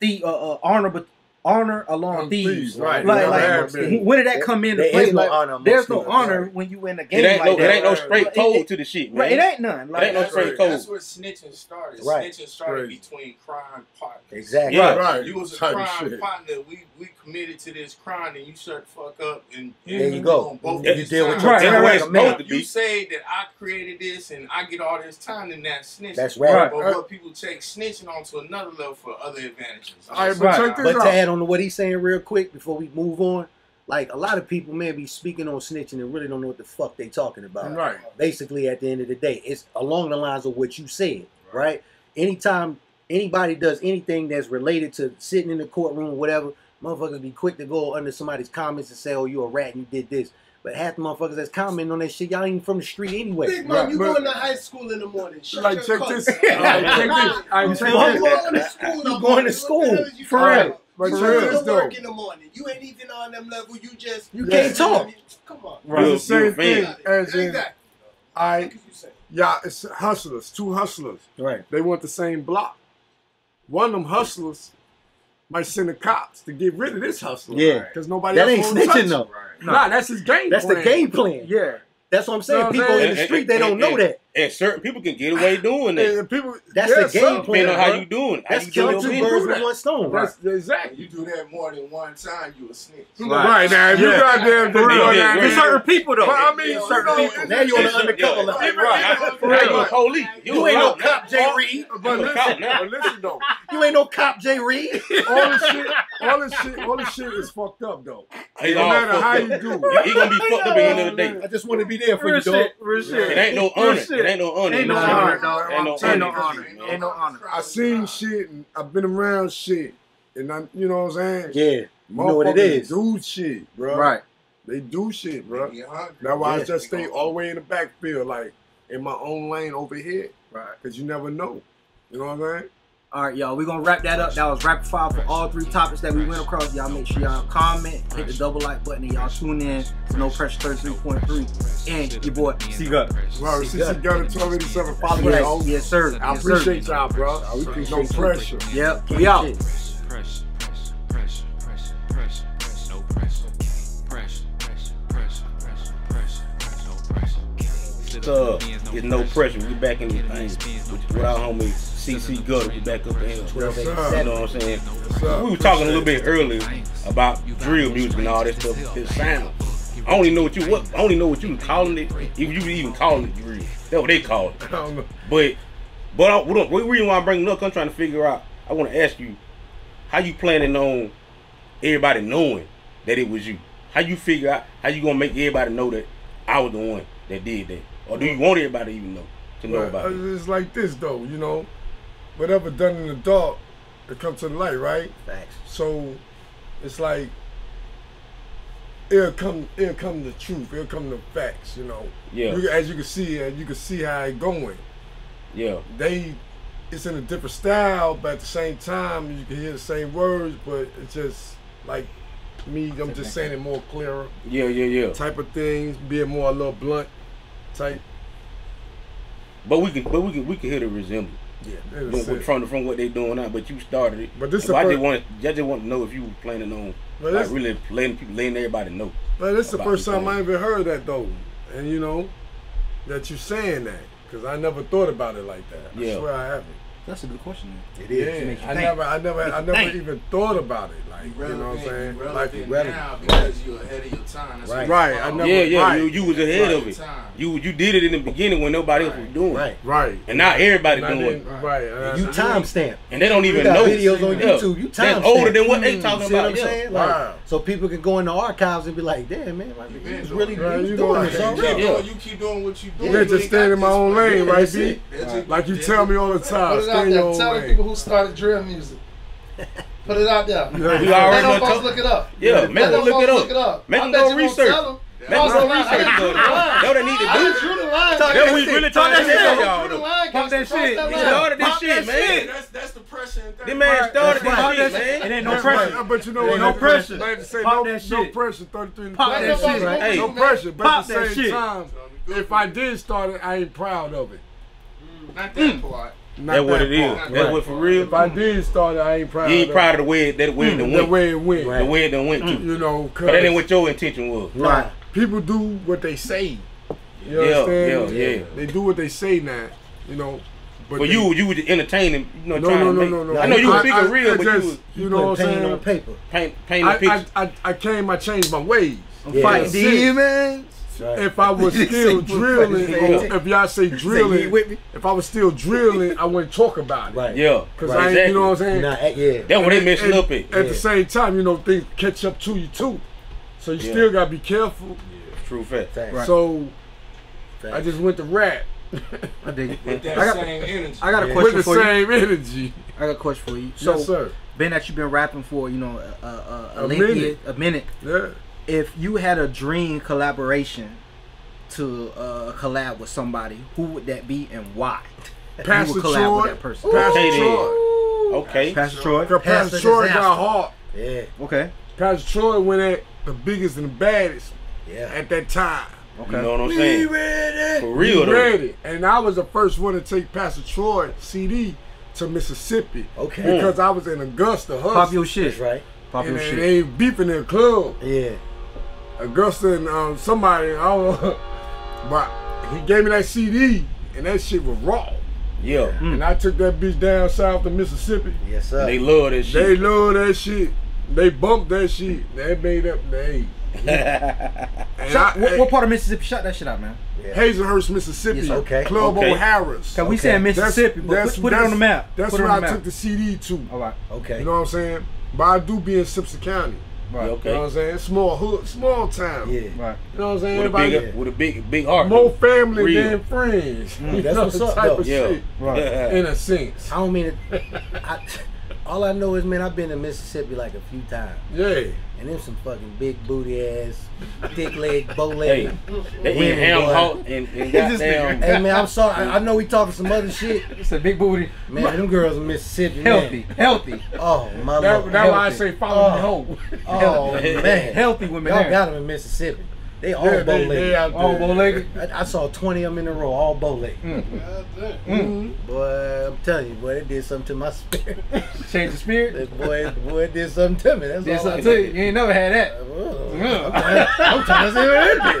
S5: the uh, uh honor but honor along
S4: Um,
S5: thieves.
S4: thieves, right.
S5: Like,
S4: Yeah,
S5: like,
S4: that
S5: when
S4: been-
S5: when did that come in?
S3: There
S5: play?
S3: is no
S5: Like,
S3: honor. amongst
S5: there's no
S3: people.
S5: honor when you in a game
S6: It ain't
S5: like
S6: no,
S5: that.
S6: it ain't no
S4: Right.
S6: straight
S5: Right.
S6: code
S5: It-
S6: to the shit, man.
S5: right, it ain't none. Like,
S6: ain't no
S7: That's
S6: straight
S7: where,
S6: code.
S7: that's where snitching started.
S3: Right.
S7: Snitching started
S4: Right.
S7: between crime partners.
S3: Exactly.
S6: Yeah.
S4: Right.
S7: You was a
S4: Type of
S7: crime
S4: shit.
S7: partner. We we committed to this crime, and you shut the fuck up. And, and
S3: There you go.
S7: on both
S3: You
S7: of this
S3: deal with
S7: time.
S5: your Right,
S6: That's the way
S5: right,
S6: it's
S3: right.
S6: supposed to
S7: Oh, You
S6: be.
S7: say that I created this and I get all this time, then that's snitching.
S3: That's right.
S7: But
S4: Right.
S7: what people take snitching on to another level for other advantages.
S4: All right,
S5: Right.
S4: but check this
S3: But
S4: out.
S3: to add on to what he's saying real quick before we move on, like a lot of people, man, be speaking on snitching and really don't know what the fuck they talking about.
S4: Right.
S3: basically at the end of the day it's along the lines of what you said right anytime anybody does anything that's related to sitting in the courtroom or whatever motherfuckers be quick to go under somebody's comments and say oh you a rat and you did this but half the motherfuckers that's commenting on that shit y'all ain't even from the street anyway
S8: Big man,
S4: Right,
S8: you
S4: but-
S8: going to high school in the morning. Shut
S4: Like,
S8: your
S4: check
S8: cunt.
S4: this. All right, check this. All right,
S8: You
S4: check
S8: going
S4: this.
S8: to school in the
S3: You going
S8: morning.
S3: to
S8: What the
S3: school.
S8: hell is you
S4: For
S8: talking
S4: real.
S8: about?
S4: But
S3: you
S4: check
S3: go
S4: this
S3: to
S4: though.
S3: work in the morning. You ain't even on them level. You just
S5: You
S4: Yeah.
S5: can't talk.
S3: Come on.
S6: Right.
S4: It's the
S6: You a
S4: same thing
S6: fan.
S4: as in,
S3: Exactly.
S4: I,
S3: What you say?
S4: yeah, it's hustlers, two hustlers.
S5: Right.
S4: They want the same block. One of them hustlers might send the cops to get rid of this hustler.
S3: Yeah.
S4: Because nobody
S3: That
S4: else
S3: ain't
S4: wanna touch
S3: snitching
S4: him.
S3: though.
S4: Nah, that's his game
S3: That's the
S4: plan.
S3: game plan.
S5: Yeah.
S3: That's what I'm saying.
S4: Know what I'm
S3: people
S4: saying?
S3: in
S6: And-
S3: the
S6: and-
S3: street, they don't
S6: and-
S3: know that.
S6: And certain people can get away
S4: And
S6: doing that.
S4: the people,
S3: That's
S4: yeah,
S3: the game
S4: some-
S6: Depending on how
S4: bro.
S6: you doing. How
S3: That's
S6: you
S3: killing
S6: doing your
S3: two
S6: business.
S3: birds
S4: do
S3: with
S4: that.
S3: one stone.
S4: That's
S7: If
S4: exactly.
S7: You do that more than one time, you a snitch.
S5: Right.
S4: Right now, if you
S5: Yeah.
S4: goddamn
S6: For
S4: just
S6: real.
S4: go
S6: Yeah,
S4: down
S6: yeah.
S5: There's
S4: there-
S5: certain people though.
S4: But I mean,
S7: Yeah,
S4: certain
S7: you know,
S4: people.
S3: Now you on the
S6: Yeah, yeah,
S3: undercover level.
S4: Even,
S6: Right.
S4: even,
S6: Now you a
S4: right.
S6: police. You,
S3: You
S6: a
S3: ain't no
S6: cop now.
S3: cop, Jay Reed.
S4: But
S6: You a cop
S4: listen,
S6: now.
S4: but listen though,
S3: You ain't no cop, J. Reed.
S4: all this shit, all this shit, all this shit is fucked up though.
S6: He's
S4: No
S6: all
S4: matter
S6: fucked
S4: how
S6: up.
S4: you do it.
S6: He gonna be fucked up at the end of the day.
S3: I just want to be there for
S5: Real
S3: you, dog.
S5: shit. Real shit.
S6: It ain't no
S5: Real
S6: honor.
S5: shit.
S6: It ain't no honor.
S5: Ain't no
S4: Nah,
S5: honor,
S4: nah,
S5: dog.
S4: I'm
S6: Ain't no
S4: telling
S5: honor.
S4: you,
S5: honor. Ain't no honor.
S4: I seen shit and I've been around shit and I, you know what I'm saying?
S3: Yeah, you know what it
S4: Motherfuckers
S3: is.
S4: Do shit, bro.
S5: Right.
S4: They do shit, bro.
S7: You hungry.
S4: That's why
S3: Yeah.
S4: I just stay all the way in the backfield, like in my own lane over here,
S5: Right.
S4: because you never know. You know what I'm saying?
S5: All right, y'all. We're gonna wrap that up. That was rapid fire for all three topics that we went across. Y'all make sure y'all comment, hit the double like button, and y'all tune in to No Pressure 33.3 and your boy C Gut.
S4: Bro, since you got it to already seven followers,
S5: Yes, yes, sir.
S4: I
S5: Yes, sir.
S4: appreciate y'all, bro. We can no pressure.
S5: Yep. We out.
S1: Pressure, pressure, pressure, pressure, pressure, pressure, no pressure. Pressure, pressure, pressure, pressure, pressher, pressure, no pressure. Sit
S6: Uh,
S1: up, no
S6: get no pressure. We back in the
S1: Get
S6: thing
S1: it, it's no
S6: with our homie CC Gutter. We back up in here.
S4: Yes, sir.
S6: You know what I'm saying?
S4: What's up?
S6: We were talking a little bit earlier about drill music and all that stuff. His sound. I only know what you what I only know what you calling it. If you even calling it drill, that's what they call it.
S4: I don't know.
S6: But but I, the reason why I'm bringing it up, I'm trying to figure out. I want to ask you, how you planning on everybody knowing that it was you? How you figure out how you gonna make everybody know that I was the one that did that, or do you want everybody to even know to know
S4: Well,
S6: about it?
S4: It's like this though, you know, whatever done in the dark, it comes to the light, right?
S3: Facts.
S4: So it's like it'll come, it'll come the truth, it'll come the facts, you know.
S6: Yeah,
S4: You, as you can see, uh, you can see how it going.
S6: yeah,
S4: They, it's in a different style, but at the same time, you can hear the same words, but it's just like me. I'm just saying it more clearer,
S6: yeah, yeah, yeah.
S4: type of things, being more a little blunt, type.
S6: But we can, but we can, we can hear the resemblance
S4: Yeah,
S6: from,
S4: that's it.
S6: from from what they doing now. But you started it.
S4: But this
S6: So
S4: the
S6: I
S4: first-
S6: just want, I just want to know if you were planning on
S4: But
S6: like
S4: this-
S6: really letting people, letting everybody know.
S4: But this is the
S6: about
S4: first
S6: you
S4: time
S6: saying-
S4: I ever heard that though, and you know that you saying that because I never thought about it like that. I
S6: Yeah.
S4: swear I haven't.
S5: That's a good question.
S3: It is.
S4: Yeah,
S5: make you
S4: I
S5: think.
S4: never, I never, I never
S5: think.
S4: even thought about it. Like you know what I'm saying?
S7: Relevant,
S4: Like
S7: relevant
S3: relevant.
S7: now because you're ahead of your time. That's
S3: Right.
S7: what
S4: Right,
S7: you
S4: I
S7: follow.
S4: never-
S6: Yeah, yeah,
S4: right.
S6: you, you was ahead of
S7: Right.
S6: it. You you did it in the beginning when nobody else was doing
S3: Right.
S6: it,
S4: right,
S6: and now everybody
S4: And I
S6: doing
S4: didn't-
S6: it,
S4: right. and I-
S3: You timestamp.
S6: and they don't
S3: You
S6: even
S3: got
S6: know.
S3: videos on
S6: Yeah.
S3: YouTube. You
S6: That's
S3: timestamp.
S6: older than what they talking
S3: See what
S6: about.
S3: I'm
S6: yeah.
S3: saying? Like,
S4: Wow.
S3: So people can go in the archives and be like, damn, man, like,
S7: You've
S3: he
S7: been
S3: was
S7: doing
S3: really
S7: it.
S4: Right,
S3: he was
S4: you
S3: doing
S4: know
S3: this
S4: I-
S7: You keep
S3: already.
S7: doing- You keep doing what you doing.
S4: Yeah,
S7: You
S4: just
S7: ain't
S4: stay
S7: got
S4: in my
S7: this
S4: own
S7: one.
S4: lane,
S7: Yeah,
S4: right,
S7: that's
S4: B?
S7: it. That's it.
S4: Like you
S7: That's
S4: tell
S7: it.
S4: me all the
S8: Put
S4: time,
S8: it out
S4: stay in
S8: there.
S4: your
S8: Tell
S4: own
S8: the people
S4: lane.
S8: who started drill music. Put it out there.
S6: We
S8: Let
S6: already
S8: them
S6: done
S8: folks
S6: told-
S8: look it up.
S6: Yeah,
S8: Let
S6: make them
S8: them
S6: look
S8: folks
S6: it up. Make
S8: I
S6: them
S8: bet
S6: go
S8: you gonna
S6: research.
S8: tell them.
S6: Make them
S8: Folks
S6: go
S8: gonna lie. I
S6: research.
S8: didn't
S6: though.
S8: drew the
S6: That's
S8: line.
S6: what they need
S8: I
S6: to
S8: didn't
S6: do.
S8: drew the line.
S6: That we really
S5: Talk
S6: trying to
S5: that shit.
S6: tell
S8: I
S6: y'all.
S8: drew the
S6: though.
S8: line.
S5: Pump that
S8: Gangsta, cross
S5: shit.
S8: that
S5: You
S8: line.
S5: started
S6: Started this
S5: Pop
S6: shit,
S5: that
S6: man.
S5: shit.
S7: That's that's the pressure. and
S6: This
S7: thing.
S6: man started
S5: Pop
S6: this
S5: that
S6: shit,
S5: shit. It
S6: man.
S5: ain't no
S4: But,
S5: pressure.
S4: but you know
S5: Ain't
S4: what?
S5: no
S4: I-
S5: pressure.
S4: I have to say,
S5: Pop
S4: no,
S5: that
S4: no
S5: shit.
S4: pressure. Thirty-three. and
S5: Pop
S4: the
S5: that
S4: thirty.
S5: shit.
S6: Hey.
S4: No pressure. But
S5: Pop
S4: at the
S5: that
S4: same
S5: shit.
S4: time, if I did start it, I ain't proud of it.
S7: Not that part.
S4: Not
S6: That's what
S4: that
S6: it is.
S4: part.
S6: That's what for real.
S4: If I did start it, I ain't proud.
S6: You ain't
S4: of
S6: proud of the way that way it done
S4: it. the
S6: went.
S4: way it Mm. went.
S6: The way it done went to.
S4: You know,
S6: But that ain't
S4: cause
S6: what your intention was.
S3: Nah.
S4: people do what they say. You
S6: Yeah,
S4: understand?
S6: yeah, yeah.
S4: They do what they say now. You know,
S6: But
S4: they-
S6: you you was entertaining, you know,
S4: No,
S6: trying
S4: no,
S6: to
S4: no,
S6: make.
S4: no, no.
S6: I know you
S4: I-
S6: were
S4: I-
S6: speaking real,
S4: I
S6: but
S4: just-
S6: you was
S4: You know what I'm
S3: pain
S4: saying?
S3: on paper.
S6: paint painting the
S4: I,
S6: picture.
S4: I, I, I came, I changed my ways.
S3: Yeah.
S5: Fight
S4: demons. If I was still drilling, or if y'all say
S3: Say, you
S4: drilling,
S3: with me?
S4: if I was still drilling, I wouldn't talk about it.
S3: Right.
S6: Yeah,
S4: Cause I, ain't-
S6: exactly.
S4: you know what I'm saying.
S3: Nah, eh, yeah.
S6: That's what they messing
S4: And
S6: up at.
S4: At
S3: Yeah.
S4: the same time, you know things catch up to you too, so you
S6: Yeah.
S4: still gotta be careful.
S6: True fact.
S3: Facts.
S4: So
S3: Facts.
S4: I just went to rap
S5: I dig it.
S7: With that
S5: I got-
S7: same energy.
S5: I got a
S4: with
S5: question
S4: the
S5: for you.
S4: same energy.
S5: I got a question for you.
S4: So, yes,
S5: So,
S4: sir.
S5: being that you've been rapping for, you know, a, a,
S4: A
S5: a, lengthy-
S4: minute.
S5: a minute,
S4: Yeah.
S5: if you had a dream collaboration to uh, collab with somebody, who would that be and why?
S4: Pastor
S5: you would collab
S4: Troy.
S5: with that person.
S4: Pastor
S6: Okay, then.
S4: Troy.
S6: Okay.
S5: Pastor Troy.
S4: Pastor Troy got hard.
S3: Yeah,
S5: Okay.
S4: Cause Troy went at the biggest and the baddest
S3: yeah.
S4: at that time.
S5: Okay.
S6: You know what I'm
S4: We
S6: saying?
S4: ready.
S6: For real
S4: We
S6: though.
S4: ready. And I was the first one to take Pastor Troy CD to Mississippi
S3: Okay,
S4: because I was in Augusta,
S5: Pop
S4: Hustle,
S5: your shit.
S3: that's right.
S5: Pop
S4: and
S5: your
S4: they,
S5: shit.
S4: they beefing in the club.
S3: Yeah,
S4: Augusta and um, somebody, I don't know, but he gave me that CD and that shit was raw.
S6: Yeah.
S4: And I took that bitch down south to Mississippi.
S3: yes sir.
S6: They love that
S4: They
S6: shit.
S4: love that shit. They bumped that shit. They made up. They. And
S5: Shut-
S4: I,
S5: what, what part of Mississippi? Shut that shit out, man.
S4: Hazelhurst, Mississippi.
S3: Yes, okay.
S4: Club
S6: Okay.
S4: O'Hara's.
S5: Cause we saying Mississippi, but put, put it on the map.
S4: That's
S5: put it
S4: where
S5: on
S4: I
S5: the map.
S4: took the CD to.
S5: All right.
S3: okay,
S4: You know what I'm saying? But I do be in Simpson County.
S6: Yeah,
S5: Right.
S4: You know what
S6: okay.
S4: I'm saying? Small hood, small town.
S3: yeah.
S5: Right.
S4: You know what I'm saying?
S6: With a
S4: Everybody
S6: big with a big big heart.
S4: more family
S6: Real.
S4: than friends. You
S3: Mm, That's
S4: know,
S3: what's up,
S4: type
S3: though.
S4: of
S6: Yeah.
S4: shit.
S5: Right.
S4: In a sense.
S3: I don't mean it. I, all I know is, man, I've been to Mississippi like a few times,
S4: Yeah.
S3: and there's some fucking big booty ass, thick leg, bow
S6: Hey,
S3: leg.
S6: they eat
S3: Women,
S6: ham
S3: boy.
S6: hot and, and
S5: This
S6: goddamn.
S3: Hey man, I'm sorry. I I know we talking some other shit.
S5: It's a big booty,
S3: Man, them girls in Mississippi, man.
S5: healthy, healthy,
S3: Oh my
S4: That,
S3: lord.
S4: that's why I
S5: Healthy.
S4: say follow me
S3: Oh.
S4: home.
S3: oh man.
S5: healthy women.
S3: Y'all
S5: there.
S3: got them in Mississippi. They all
S4: Yeah,
S3: bow
S4: they, they
S3: legged.
S4: out
S5: Oh,
S4: there.
S5: bow legged.
S3: I, I saw 20 of them in a row, all bow legged. Boy, I'm telling you, boy, it did something to my spirit.
S5: Change the spirit.
S3: That boy, boy, it did something to me. That's
S5: That's
S3: all
S5: what
S3: I
S5: I tell you. You ain't never had that.
S3: Oh,
S5: Yeah.
S3: I'm trying to see what it be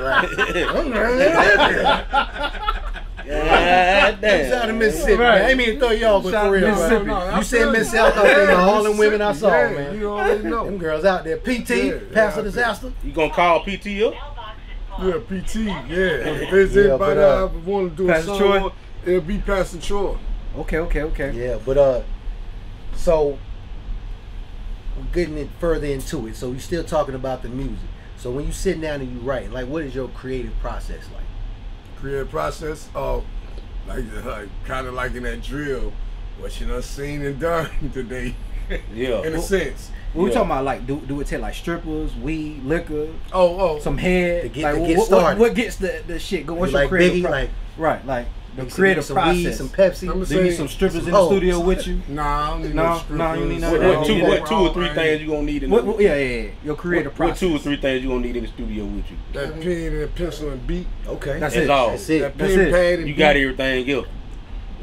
S3: like. I'm trying to see what it be like.
S6: God damn.
S3: Shout out to Mississippi.
S5: Right.
S3: Man. I ain't mean to throw you off, but
S5: Shout out
S3: for
S5: to
S3: real.
S5: Mississippi.
S3: bro.
S4: I
S3: You said
S4: feel
S3: Miss
S4: you.
S3: South, I think
S4: Yeah,
S3: of all them women I saw,
S4: yeah,
S3: man.
S4: You already
S3: Them
S4: know.
S3: girls out there. PT,
S4: Yeah,
S3: Pastor
S4: yeah, I
S3: Disaster.
S6: You gonna call PT up?
S4: Yeah, PT, yeah. If there's
S3: Yeah,
S4: anybody
S3: but, uh,
S4: I want to do
S5: Pastor
S4: a song,
S5: Troy?
S4: on, it'll be Pastor Troy.
S5: Okay, okay, okay.
S3: Yeah, but uh, so we're getting it further into it. So you're still talking about the music. So when you sit down and you write, like, what is your creative process like?
S4: Creative process of like, like kind of like in that drill, what you done seen and done today, in
S6: Yeah.
S4: a sense.
S5: We were
S6: Yeah.
S5: talking about like do do it take like strippers, weed, liquor,
S4: Oh, oh,
S5: some head.
S3: To get-
S5: like
S3: to
S5: what-
S3: get
S5: what,
S3: started.
S5: What, what gets the, the shit going? What's
S3: You
S5: your
S3: like
S5: creative
S3: Biggie,
S5: pro-
S3: like
S5: right, like the
S3: some-
S5: creative
S3: some
S5: process.
S3: weed, some Pepsi.
S4: I'ma
S5: Do you need
S4: say-
S5: some strippers in
S3: Oh.
S5: the studio with you?
S4: Nah, I don't need
S5: No,
S4: no,
S5: no, you
S4: strippers.
S5: need none
S6: What,
S5: of that.
S6: what two what two or three things you gonna need in
S5: What,
S6: the
S5: what- yeah, yeah, yeah. Your creative
S6: what, what
S5: process.
S6: two or three things you gonna need in the studio with you?
S4: That pen and pencil and beat.
S3: Okay,
S5: That's
S6: That's
S5: it.
S6: all.
S3: That's it.
S4: That
S5: That's
S4: pen
S5: it.
S4: pad and
S6: You
S4: beat.
S6: got everything else.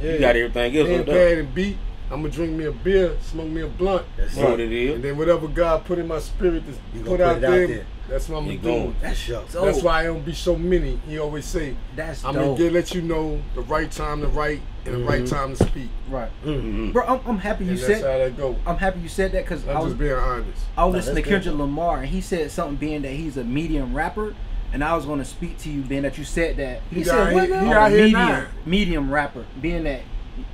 S6: You got everything else.
S4: Pen
S6: hooked up.
S4: pad and beat. I'm gonna drink me a beer, smoke me a blunt,
S3: That's
S6: You know what
S3: it.
S6: it
S4: and
S6: is.
S4: then whatever God put in my spirit to
S3: You gonna
S4: put,
S3: put
S4: out
S3: it out
S4: there,
S3: there.
S4: that's what I'm
S6: You
S4: gonna
S6: going.
S4: do.
S3: That's your.
S5: So-
S4: That's why I don't be so many. He always say,
S5: That's
S4: I'm
S5: dope.
S4: gonna get, let you know the right time to write and the right time to speak.
S5: right,
S3: Mm-hmm.
S6: Mhm.
S5: bro. I'm, I'm happy Mm-hmm. you
S4: and that's
S5: said.
S4: how that go.
S5: I'm happy you said that because I
S4: I'm
S5: was
S4: just being honest.
S5: I was
S3: No,
S5: listening to
S3: that's good.
S5: Kendrick Lamar, and he said something being that he's a medium rapper, and I was going to speak to you being that you said that.
S4: He
S5: said,
S4: out
S5: "What
S4: here-
S5: now?"
S4: he
S5: I'm
S4: out
S5: a
S4: here now.
S5: medium, medium rapper, being that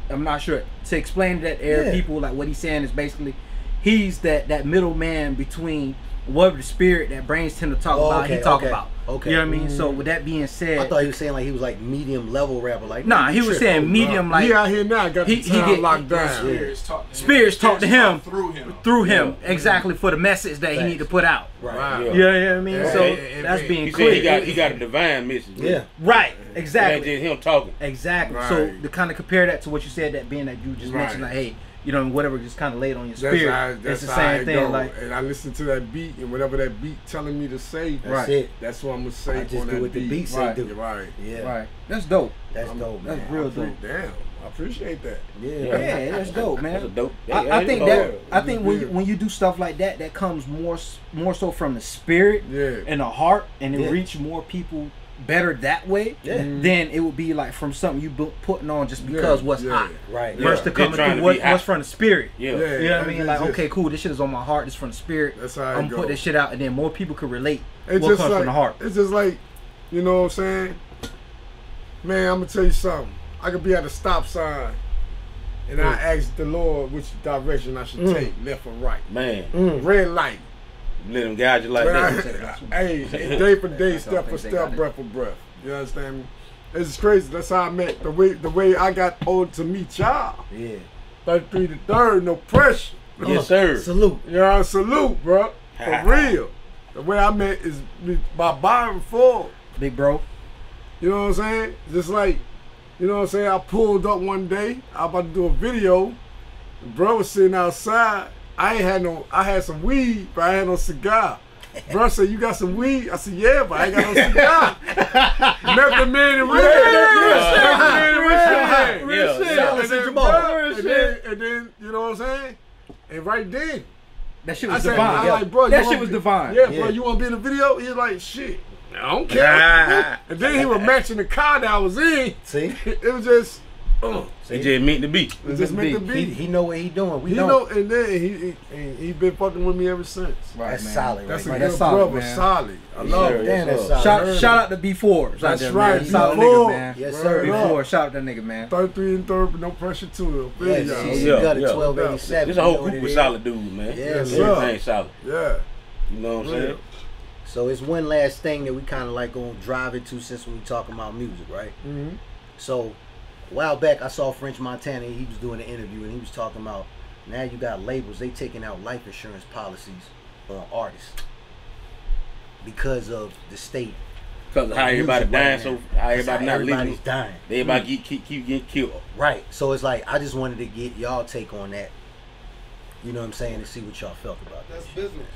S5: I'm not sure to explain that air
S3: Yeah.
S5: people like what he's saying is basically he's that that middleman between what the spirit that brains tend to talk
S3: Oh,
S5: about
S3: okay,
S5: he talk
S3: okay,
S5: about.
S3: okay.
S5: you know what I mean. So with that being said,
S3: I thought he was saying like he was like medium level rapper, like
S5: nah, he was
S3: tripping.
S5: saying medium like
S4: he out here now. Got
S5: he-
S4: the
S5: he
S4: town
S5: get-
S4: locked down.
S7: Spirits talk to him.
S5: Spirits talk to him.
S7: through him.
S5: through him exactly for the message that he
S3: Facts.
S5: need to put out.
S3: right.
S6: Yeah.
S5: You know what I mean?
S4: Yeah,
S5: so
S4: and- and-
S5: that's
S4: and-
S5: being
S6: He
S5: clear.
S6: said he got he got a divine message.
S3: Yeah,
S5: right,
S6: It ain't
S5: exactly.
S6: just him talking.
S5: Exactly. So
S4: Right.
S5: to kind of compare that to what you said, that being that you just
S4: Right.
S5: mentioned, like, hey, you know, whatever, just kind of laid on your
S4: That's
S5: spirit.
S4: how,
S5: it's
S4: that's
S5: the
S4: how
S5: same
S4: it
S5: thing.
S4: go.
S5: Like,
S4: and I listen to that beat and whatever that beat telling me to say.
S3: that's it.
S4: That's what I'm gonna say.
S3: I just
S4: on
S3: do
S4: that
S3: what the beat say
S5: Right.
S4: You're
S3: do.
S4: right.
S3: Yeah,
S5: right? That's dope.
S3: that's dope, man.
S5: that's real dope.
S4: Damn, I appreciate that.
S5: Yeah,
S3: Yeah,
S5: that's dope, man.
S6: That's a dope.
S5: I,
S6: yeah,
S5: I think
S6: yeah.
S5: that I
S4: it's
S5: think when you,
S4: good.
S5: when you do stuff like that, that comes more s- more so from the spirit
S4: Yeah.
S5: and the heart, and it
S3: Yeah.
S5: reach more people better that way
S3: Yeah.
S5: than it would be like from something you bu- putting on just because
S4: Mm-hmm. Yeah,
S5: what's
S4: yeah.
S5: hot.
S3: right.
S4: Yeah.
S5: Versus to
S6: They're
S5: coming
S6: trying
S5: through
S6: to
S5: what,
S6: be hot.
S5: what's from the spirit.
S6: Yeah.
S4: Yeah.
S5: You know what I mean?
S4: that's
S5: Like,
S4: just-
S5: okay, cool. This shit is on my heart. This from the spirit.
S4: That's how it
S5: I'm gonna put
S4: go.
S5: this shit out, and then more people could relate.
S4: It's
S5: what
S4: just
S5: comes
S4: like,
S5: from the heart?
S4: It's just like, you know what I'm saying? Man, I'm gonna tell you something. I could be at a stop sign and I
S5: Mm.
S4: ask the Lord which direction I should take, left or right.
S6: Man,
S5: Mm.
S4: Red light.
S6: let him guide you like that.
S4: hey, day for day, step for
S5: think they got
S4: step,
S5: it.
S4: breath for breath. You understand me? It's crazy. That's how I met the way the way I got old to meet y'all.
S3: Yeah.
S4: 33 to third, no pressure.
S6: Yes, sir.
S3: Salute.
S4: You know, salute, bro. For real. The way I met is by Byron Ford.
S5: Big bro.
S4: You know what I'm saying? Just like, you know what I'm saying? I pulled up one day, I about to do a video. The bro was sitting outside. I ain't had no. I had some weed, but I had no cigar. Bro said, "You got some weed?" I said, "Yeah, but I ain't got no cigar." Methamphetamine and real,
S6: yeah,
S4: yeah,
S6: yeah.
S4: real, real
S6: Yeah,
S4: shit.
S3: yeah.
S4: And then,
S3: Jamal.
S4: bro,
S5: Real
S4: and then, and then, you know what I'm saying? And right then,
S5: That shit
S4: I
S5: was
S4: said,
S5: divine.
S4: I like, bro,
S5: that
S4: you
S5: shit
S4: wanna
S5: was
S4: be-
S5: divine.
S4: Yeah,
S3: Yeah.
S4: bro, you want to be in the video? He's like, "Shit, I don't care." and then he was matching the car that I was in.
S3: See,
S4: It was just, uh,
S6: It just meant to be.
S4: it just meant to
S3: he,
S4: be.
S3: he know what he doing. We
S4: He
S3: don't.
S4: know, and then he he, and he been fucking with me ever since.
S5: Right,
S3: that's
S5: man.
S3: solid.
S4: That's a
S3: right
S4: good
S3: there.
S5: that's solid,
S4: brother,
S5: man.
S4: solid. I love
S6: sir.
S4: it.
S3: Damn, that's
S6: Yes,
S3: solid.
S5: Shout, shout out to B4.
S4: That's
S5: there,
S4: right,
S5: Man. Solid nigga,
S4: B4.
S5: man.
S3: yes,
S4: Bro,
S3: sir.
S4: bro.
S5: B4, shout out that nigga, man.
S4: 33 and 30, no pressure to it.
S3: Yeah,
S4: Yeah,
S3: she,
S4: yeah.
S3: she
S6: Yeah,
S3: got a
S6: yeah.
S3: 1287.
S6: This a whole
S3: you know
S6: group
S3: what
S6: of
S3: it
S6: solid dudes, man.
S3: Yeah,
S4: sir.
S6: Everything solid.
S4: yeah.
S6: You know what I'm saying?
S3: is. So it's one last thing that we kind of like going to drive it to since we talking about music, right?
S4: Mm-hmm.
S3: So a while back, I saw French Montana. He was doing an interview, and he was talking about now you got labels. They taking out life insurance policies on artists because of the state.
S6: Because how everybody
S3: Music right
S6: dying,
S3: now.
S6: so how
S3: That's how
S6: everybody not
S3: everybody's
S6: living.
S3: dying.
S6: Everybody get, keep, keep getting killed.
S3: Right. So it's like I just wanted to get y'all take on that. You know what I'm saying? To see what y'all felt about that.
S9: That's business.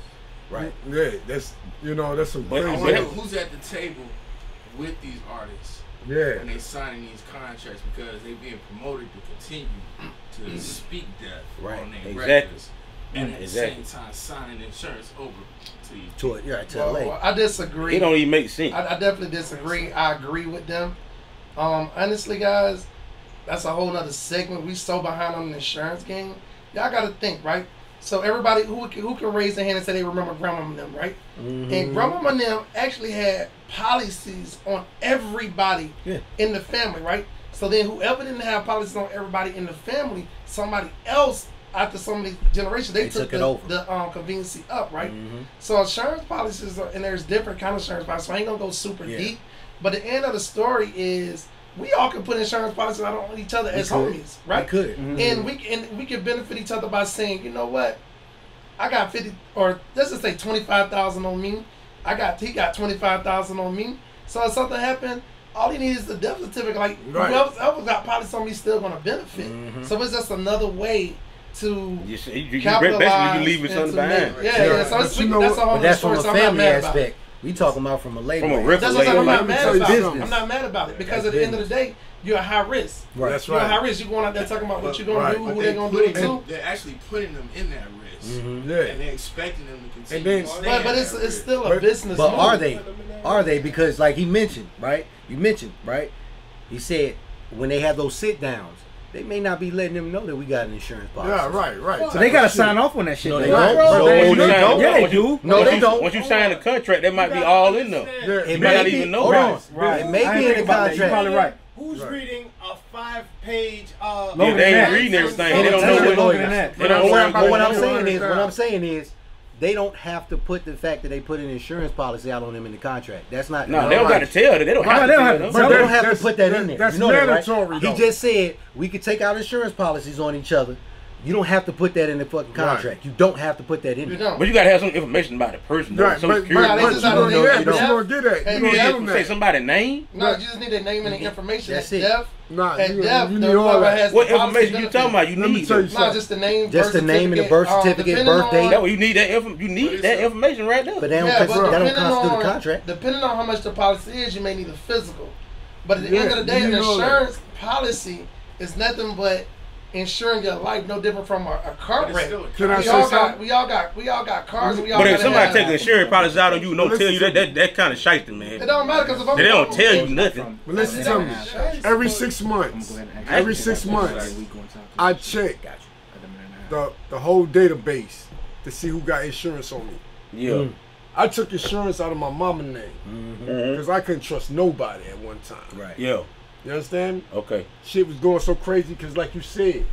S3: Right.
S4: Yeah, that's, you know, that's some
S6: But-
S4: crazy.
S9: I want to know
S6: but-
S9: who's at the table with these artists
S4: yeah.
S9: when they signing these contracts because they being promoted to continue to speak death
S3: Mm. Right. Mm.
S9: on their
S6: Exactly.
S9: records, and at
S6: Exactly.
S9: the same time signing insurance over to these.
S3: To it. Yeah. To
S8: Well,
S3: LA.
S8: well, I disagree.
S6: It don't even make sense.
S8: I, I definitely disagree. I agree with them. Um, honestly, guys, that's a whole nother segment. We so behind on the insurance game. Y'all got to think, right? So everybody who can, who can raise their hand and say they remember grandma and them, right?
S3: Mm-hmm.
S8: And grandma and them actually had policies on everybody
S3: Yeah.
S8: in the family, right? So then whoever didn't have policies on everybody in the family, somebody else after so many generations, they,
S3: They
S8: took,
S3: took it
S8: the,
S3: over.
S8: the um, conveniency up, right?
S3: Mhm.
S8: So insurance policies, are, and there's different kind of insurance policies. So I ain't gonna go super
S3: Yeah.
S8: deep, but the end of the story is we all can put insurance policies out on each other
S3: We
S8: as
S3: could.
S8: homies,
S3: I
S8: right?
S3: could.
S8: And we and we can benefit each other by saying, you know what, I got fifty, or let's just say twenty five thousand on me. I got he got twenty five thousand on me. So if something happened, all he needs is the death certificate. Like
S4: Right.
S8: whoever's else got policy on me still gonna benefit.
S3: Mhm.
S8: So it's just another way to
S6: You, see, you, you, basically,
S8: capitalize
S6: you leaving something
S8: into
S6: behind.
S8: that. Yeah, yeah.
S4: Yeah,
S8: So
S4: but
S8: it's,
S4: you
S8: we,
S4: know
S8: that's
S4: what?
S8: a whole
S3: But
S8: other
S3: that's from
S8: story.
S3: a
S8: So I'm not
S3: family
S8: mad about it.
S3: aspect. We talking about from a labor.
S6: From a
S3: aspect.
S6: rep-
S8: That's what I'm,
S6: Let
S8: I'm
S6: me
S8: not
S4: tell
S8: mad
S4: you
S8: about it.
S4: something.
S8: I'm not mad about it because at the end of the day, you're a high risk.
S3: Right.
S4: That's
S8: You're a high
S4: right.
S8: risk. You're going out there talking about what you're gonna
S4: Right.
S8: do,
S9: But
S8: who
S9: they
S8: they're gonna do
S9: putting
S8: it to.
S9: them- They're actually putting them in that risk,
S3: Mm.
S9: and
S4: Yeah.
S9: they're expecting them to continue.
S4: And then-
S9: to stay
S8: But,
S9: in
S8: but
S9: that
S8: it's it's
S9: risk.
S8: still a
S4: But-
S8: business.
S3: But
S8: move.
S3: are they? Are they? Because like he mentioned, right? You mentioned, right? He said when they have those sit downs, they may not be letting them know that we got an insurance policy.
S4: Yeah, right, right.
S5: So they gotta sign off on that shit.
S3: No, they
S5: though.
S3: don't.
S5: Bro,
S3: No,
S5: they
S6: Oh,
S3: they
S5: do.
S3: don't.
S5: Yeah, they
S6: Once you-
S5: do.
S3: No,
S6: once
S3: they
S6: you-
S3: don't.
S6: Once you sign a contract, that might be all in there.
S4: Yeah.
S3: It
S6: You might
S3: may
S6: not
S3: be-
S6: even know
S3: hold
S6: about
S3: on.
S6: it.
S3: Right. It may
S5: I ain't
S3: be in
S5: think
S3: the
S5: about that.
S3: contract.
S5: You're probably right.
S10: Who's
S4: Right.
S10: reading a five-page? Uh,
S6: Yeah, they ain't
S5: Longer
S6: reading
S10: than
S6: everything.
S10: that.
S6: They don't know
S5: Longer
S6: what.
S5: than that.
S6: They
S3: But
S6: don't know
S3: what, I'm
S4: going on.
S3: saying is, what I'm saying is, they don't have to put the fact that they put an insurance policy out on them in the contract. That's not.
S6: No, they don't got to tell that. They don't
S5: Right,
S6: have to
S5: they don't
S6: tell
S5: have
S6: them.
S5: to
S3: But they don't
S4: that's-
S3: have to
S4: that's-
S3: put that in
S4: that-
S3: there.
S4: that's
S3: you know that, right?
S4: mandatory, though.
S3: He just said we could take out insurance policies on each other. You don't have to put that in the fucking
S4: Right.
S3: contract. You don't have to put that in
S8: You
S3: there.
S8: don't.
S6: But you gotta have some information about the person. though.
S4: Right,
S6: Some
S4: but, but,
S6: security.
S8: Nah,
S4: but
S8: this
S4: you
S8: is not
S4: don't
S8: a
S4: get that.
S8: label.
S4: But you don't get that.
S8: Hey,
S4: You don't
S8: you
S4: get
S8: have
S6: You
S4: them
S6: say
S4: that.
S6: somebody's name.
S8: No, you just need their name and the information.
S3: That's
S8: That's
S3: it.
S8: death.
S4: Nah,
S8: At
S4: you,
S8: death,
S4: you
S8: the
S4: need all
S8: whoever
S4: that.
S8: has
S6: What
S8: the policy
S6: information you
S8: benefit.
S6: talking about? You
S4: Let me
S6: need
S4: tell you
S6: that.
S8: No,
S4: something.
S8: just the name.
S3: Just
S8: birth
S3: the name and the birth
S8: um,
S3: certificate,
S8: depending
S3: birth date.
S6: That way you need that info. You need that information right there.
S3: But they don't.
S8: Yeah,
S3: cons-
S8: but
S3: that don't
S8: depending
S3: constitute
S8: on-
S3: a contract.
S8: Depending on how much the policy is, you may need a physical. But at the end of
S4: Yeah,
S8: the day, an
S4: you know that.
S8: insurance policy is nothing but insuring your life, no different from a, a car
S9: But it's
S8: wreck.
S9: still a
S4: Can I
S8: We
S4: say
S8: all got,
S4: something?
S8: we all got, we all got cars. and We all
S6: But if
S8: gotta
S6: somebody
S8: have-
S6: takes insurance policy out on you, and don't
S4: Listen
S6: tell you that
S4: to
S6: that that kind of shiesty,
S8: It
S6: man.
S8: don't matter because if I'm
S6: They don't tell you nothing.
S4: But listen to me. Every six months, every six months, I check the the whole database to see who got insurance on me.
S6: Yeah.
S4: I took insurance out of my mama name because I couldn't trust nobody at one time.
S3: Mm-hmm. Right.
S6: Yeah.
S4: You understand?
S6: Okay.
S4: Shit was going so crazy because, like you said,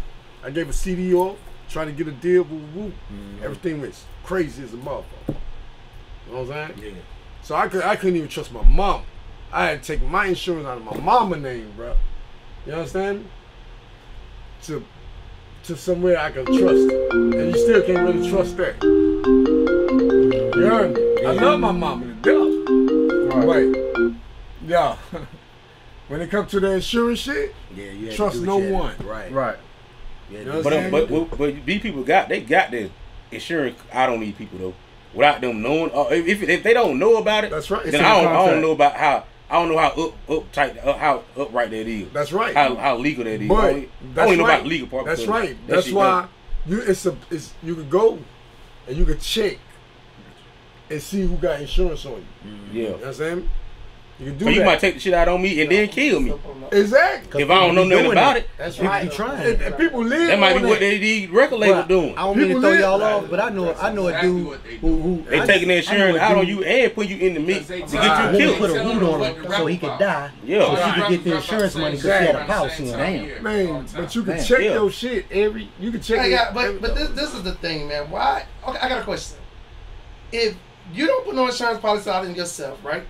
S4: I gave a CD off trying to get a deal with Woo.
S3: Mm-hmm.
S4: Everything was crazy as a motherfucker. You know what I'm saying?
S3: Yeah.
S4: So I could I couldn't even trust my mom. I had to take my insurance out of my mama name, bro. You understand? To to somewhere I can trust, and you still can't really trust that. You heard me?
S3: Mm-hmm.
S4: I love my mama to death. Wait, yeah. when it comes to the insurance shit,
S3: Yeah. You had to
S4: Trust
S3: do what
S4: no
S3: you had to-
S4: one.
S3: Right.
S5: Right.
S3: You had to
S4: You
S3: do
S4: know
S3: what
S4: what
S3: you had to
S4: I'm saying?
S6: But but
S3: do.
S6: but, but these people got they got their insurance out on these people though. Without them knowing, uh, if, if if they don't know about it, that's right. Then I don't, I don't know about how I don't know how up up tight uh, how upright that is.
S4: That's right.
S6: How, how legal that is. I
S4: But
S6: don't, I
S4: that's
S6: don't even know
S4: right.
S6: about the legal part.
S4: That's
S6: because
S4: right.
S6: that
S4: that's
S6: shit
S4: why
S6: done.
S4: you it's a it's you could go and you could check and see who got insurance on you.
S6: Yeah.
S4: You know what I'm saying? You can do
S6: So you
S4: that.
S6: might take the shit out on me and then kill me.
S4: Exactly.
S6: If I don't know nothing about it,
S4: That's
S6: right.
S4: You trying. And, and people live.
S6: that might be
S4: on
S6: what they these record label
S4: Bruh,
S6: doing.
S4: I don't mean to People throw live- y'all
S3: off, but I know I know a dude who, who
S6: They
S3: I-
S6: taking
S3: I
S6: their
S3: know a
S6: insurance out on
S3: dude
S6: you and put you in the mix to get you
S3: who
S6: killed.
S3: Put a hood on him so he could die.
S6: Yeah.
S3: so she could get the insurance money because he had a
S4: Exactly.
S3: policy on him.
S4: Man, but you can
S3: Man.
S4: check
S6: Yeah.
S4: your shit every. You can check.
S8: I
S4: it
S8: got,
S4: every-
S8: but but this, this is the thing, man. Why? Okay, I got a question. If you don't put no insurance policy out on yourself, right?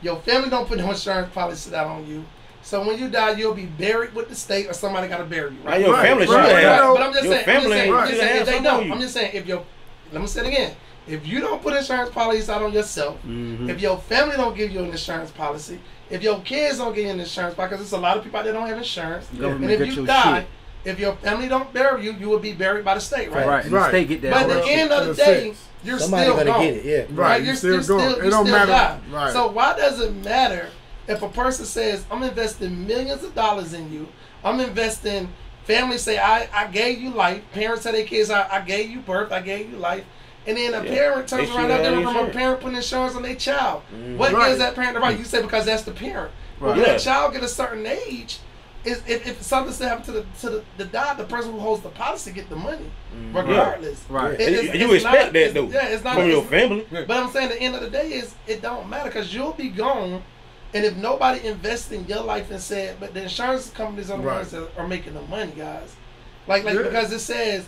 S8: Your family don't put no insurance policy out on you. So when you die, you'll be buried with the state, or somebody got to bury you,
S6: Now
S8: right?
S6: your
S4: Right,
S6: family should
S4: right,
S6: have.
S4: right.
S8: But I'm just
S6: your
S8: saying,
S6: family
S8: I'm just
S6: should
S8: saying, I'm just saying
S6: have
S8: if they
S6: something on
S8: don't,
S6: you.
S8: I'm just saying if your, let me say it again. If you don't put insurance policies out on yourself,
S6: Mm-hmm.
S8: if your family don't give you an insurance policy, if your kids don't give you an insurance policy, because there's a lot of people out there don't have insurance,
S5: Government
S8: and if
S5: get
S8: you
S5: your
S8: die,
S5: shit.
S8: if your family don't bury you, you will be buried by the state, right?
S5: Right. and the
S4: Right.
S5: state get that.
S8: But at
S5: right.
S8: the end of the
S4: That's
S8: day,
S4: it.
S8: you're
S3: Somebody
S8: still
S3: gonna
S8: gone.
S3: get it, yeah.
S4: Right, you
S8: You're,
S4: still
S8: you're
S4: gone.
S8: still,
S4: It
S8: you
S4: don't
S8: still
S4: matter.
S8: die.
S4: Right.
S8: So why does it matter if a person says, "I'm investing millions of dollars in you. I'm investing." Families say, "I I gave you life." Parents tell their kids, "I, I gave you birth. I gave you life." And then a
S6: Yeah.
S8: parent
S6: They
S8: turns
S6: should
S8: around and
S6: have
S8: different from a
S6: insurance.
S8: parent putting insurance on their child. What
S4: Right.
S8: gives that parent the right? You say because that's the parent. But
S6: Mm-hmm. Right.
S8: when
S6: Yeah.
S8: a child get a certain age, is if, if something's to happen to the to the, the die, the person who holds the policy get the money, regardless.
S5: Right.
S8: It- it's-
S6: Mm-hmm. you
S8: it's
S6: expect
S8: not-
S6: that
S8: it's-
S6: though
S8: Yeah, it's not
S6: from your
S8: it's-
S6: family.
S8: But I'm saying, the end of the day is it don't matter because you'll be gone, and if nobody invests in your life and said, but the insurance companies are the
S4: Right.
S8: ones that are making the money, guys. Like, like
S4: Yeah.
S8: because it says,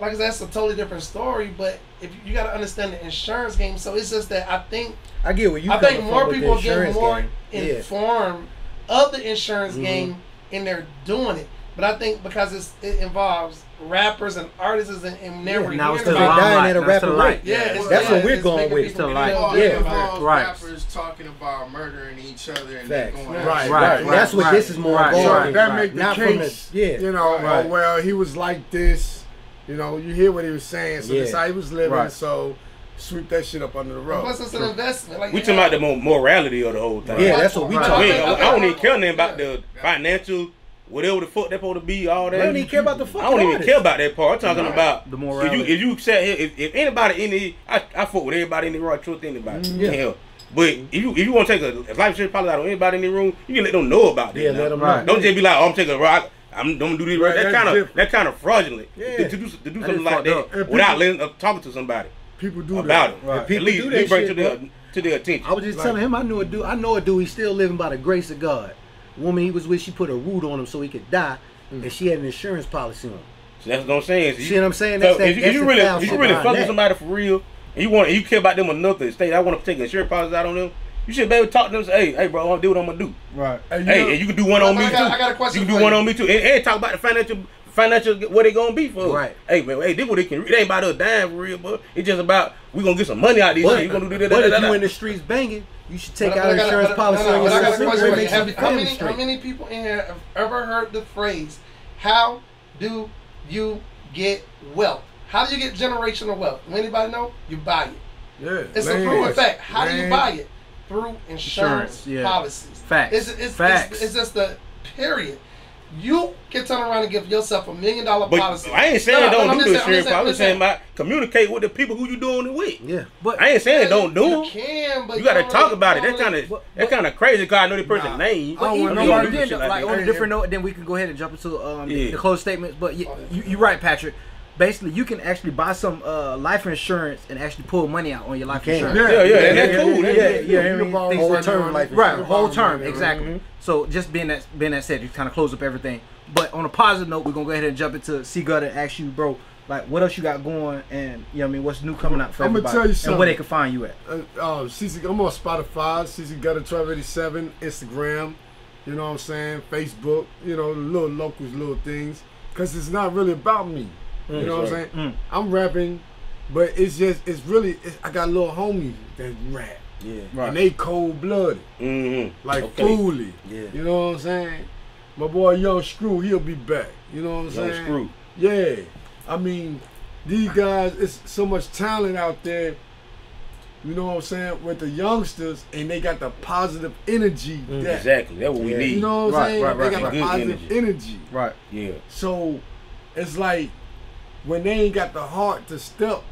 S8: like I said, that's a totally different story. But if you, you got to understand the insurance game, so it's just that I think
S3: I get where you.
S8: I think
S3: coming
S8: more
S3: from with the
S8: people are getting
S3: insurance
S8: more
S3: game. Yeah. Mm-hmm.
S8: informed of the insurance game and they're doing it. But I think because it's, it involves rappers and artists and, and never
S5: now it's to the
S8: hearing
S3: They're
S8: about it.
S3: dying
S5: limelight.
S3: at a
S5: Now it's to
S3: rapid
S5: the
S3: rate.
S5: light.
S8: Yeah, it's,
S3: That's
S8: yeah,
S3: what we're
S8: it's
S3: going
S8: making
S3: with.
S8: people
S5: It's
S8: get
S5: like-
S8: involved.
S5: Yeah.
S8: Yeah.
S5: Right.
S9: Rappers talking about murdering each other and they
S3: Facts.
S9: going
S3: Right.
S4: Right.
S5: Right.
S4: Right.
S3: That's what
S5: right,
S3: this is more
S5: right,
S4: So
S3: involved.
S4: that
S5: right.
S4: make the
S3: Not from
S4: case,
S3: the- yeah.
S4: you know,
S3: Right.
S4: oh well, he was like this, you know, you hear what he was saying, so
S3: Yeah.
S4: that's how he was living,
S5: Right.
S4: so sweep that shit up under the rug.
S8: Plus, it's an investment. Like,
S6: We talking about the mo- morality of the whole thing.
S3: Yeah, that's what we
S8: Right.
S6: I,
S3: talking
S6: mean,
S3: about.
S6: I don't even care nothing about the financial, whatever the fuck that supposed to be, all
S3: They
S6: that.
S3: don't even care about the
S6: I
S3: fucking.
S6: don't even
S3: artist.
S6: care about that part. I'm talking about
S5: The
S6: If
S5: morality.
S6: you, if you sat here, if, if anybody in the, I, I fuck with everybody in the room. I trust anybody.
S3: Mm, yeah.
S6: Hell. But if you if you want to take a life shit probably out on anybody in the room, you can let them know about that.
S3: Yeah,
S6: now.
S3: let them
S5: Right.
S3: know.
S6: Don't just be like, oh, I'm taking a rock. I'm don't do this. Right.
S4: Right,
S6: That
S4: that's
S6: kind of
S4: different.
S6: that kind of fraudulent.
S3: Yeah.
S6: To, to do to do
S5: That
S6: something
S5: is
S6: like
S5: fucked
S6: that
S5: up.
S4: And
S6: without
S4: people-
S6: letting uh, talking to somebody
S4: People do
S6: about
S4: that.
S6: it.
S3: Right.
S6: At
S3: People
S6: least
S3: do
S6: they
S3: that
S6: bring
S3: shit,
S6: to their
S3: bro.
S6: to their attention.
S3: I was just telling him I knew a dude. I know a dude. He's still living by the grace of God. Woman he was with, she put a root on him so he could die, and she had an insurance policy on him.
S6: So that's what I'm saying. So
S3: See what I'm saying?
S6: so
S3: That's that-
S6: if you, if
S3: that's
S6: you
S3: the
S6: really,
S3: foul
S6: if you
S3: shit
S6: really
S3: behind
S6: fuck with
S3: that.
S6: somebody for real, and you want, and you care about them enough to say, I want to take insurance policies out on them. You should be able to talk to them. and Say, hey, hey, bro, I'm gonna do what I'm gonna do.
S5: Right.
S4: And you know-
S6: Hey, and you can do one on
S8: But
S6: me
S8: I got-
S6: too.
S8: I got a question
S6: You can
S8: for
S6: do one
S8: you.
S6: on me too, and, and talk about the financial, financial, what they gonna be for.
S3: Right.
S6: Hey, man, hey, this what they can. It ain't about us dying for real, but it's just about we gonna get some money out of this.
S3: But,
S6: shit. You gonna do that?
S3: but
S6: that,
S3: if
S6: that,
S3: you in
S6: that.
S3: the streets banging, you should take
S8: But I-
S3: out
S8: but I got a-
S3: insurance
S8: but-
S3: policy
S8: no, no,
S3: on
S8: but I got a
S3: yourself.
S8: question
S3: It
S8: for you.
S3: makes
S8: Have
S3: your
S8: you- How
S3: family
S8: many, how
S3: straight.
S8: many people in here have ever heard the phrase, how do you get wealth? How do you get generational wealth? Anybody know? You buy it.
S4: Yeah,
S8: It's
S4: land.
S8: a proven fact. How do you
S4: Land.
S8: buy it? Through
S5: Insurance,
S8: insurance,
S5: yeah.
S8: policies.
S5: Facts.
S8: It's, it's,
S5: Facts.
S8: It's, it's just the period. You can turn around and give yourself a million dollar
S6: But
S8: policy.
S6: I ain't
S8: No,
S6: saying
S8: no, I'm
S6: don't
S8: just
S6: do the
S8: saying- I'm
S6: insurance
S8: just
S6: policy. I'm just saying
S8: I'm just
S6: about communicate with the people who you doing it with.
S3: Yeah.
S5: But
S6: I ain't saying don't do
S8: you
S6: them.
S8: can, but
S6: You gotta
S8: don't
S6: talk
S8: really-
S6: about it.
S8: don't
S6: That kind
S8: really-
S6: of that kind of crazy. Cause I know the person's
S4: Nah.
S6: name.
S4: I
S5: But
S4: don't
S5: even,
S4: want
S5: even
S4: nobody
S5: then,
S4: to do
S5: like,
S4: shit like oh,
S5: on a
S4: that.
S5: different note, then we can go ahead and jump into um,
S6: Yeah.
S5: the close statements. But yeah,
S8: Oh, yeah.
S5: you, you're right, Patrick. Basically, you can actually buy some uh, life insurance and actually pull money out on your life
S3: You can.
S5: insurance.
S4: Yeah,
S6: Yeah, yeah,
S4: yeah,
S6: and that's
S4: yeah,
S6: cool.
S4: yeah,
S6: That-
S4: yeah, yeah,
S5: yeah, yeah, I mean,
S4: borrow
S5: things like
S4: money,
S3: term
S4: right?
S3: life
S5: Right, the whole
S4: Borrow
S5: term,
S4: money, right?
S5: exactly. So just being that being that said, you kind of close up everything. But on a positive note, we're gonna go ahead and jump into C Gutter and ask you, bro, like what else you got going, and you know what I mean, what's new coming out for
S4: I'ma
S5: everybody,
S4: tell you
S5: and where
S4: something.
S5: they can find you at.
S4: uh, uh, CC, I'm on Spotify, CC Gutter 1287, Instagram, you know what I'm saying, Facebook, you know, little locals, little things, because it's not really about me. You know what I'm saying? I'm rapping, but it's just, it's really, it's, I got little homies that rap,
S3: Yeah.
S5: Right.
S4: and they cold blooded,
S6: Mm-hmm.
S4: like
S6: Okay.
S4: fully.
S3: Yeah.
S4: You know what I'm saying? My boy Young Screw, he'll be back. You know what I'm
S6: Young
S4: saying?
S6: Screw.
S4: Yeah. I mean, these guys, it's so much talent out there. You know what I'm saying with the youngsters, and they got the positive energy.
S6: Mm,
S4: that-
S6: exactly. That's what we need.
S4: You know what I'm
S6: Right,
S4: saying?
S6: right,
S4: they
S6: right.
S4: got the
S6: Good
S4: positive energy.
S5: Right.
S6: Yeah.
S4: So it's like when they ain't got the heart to step,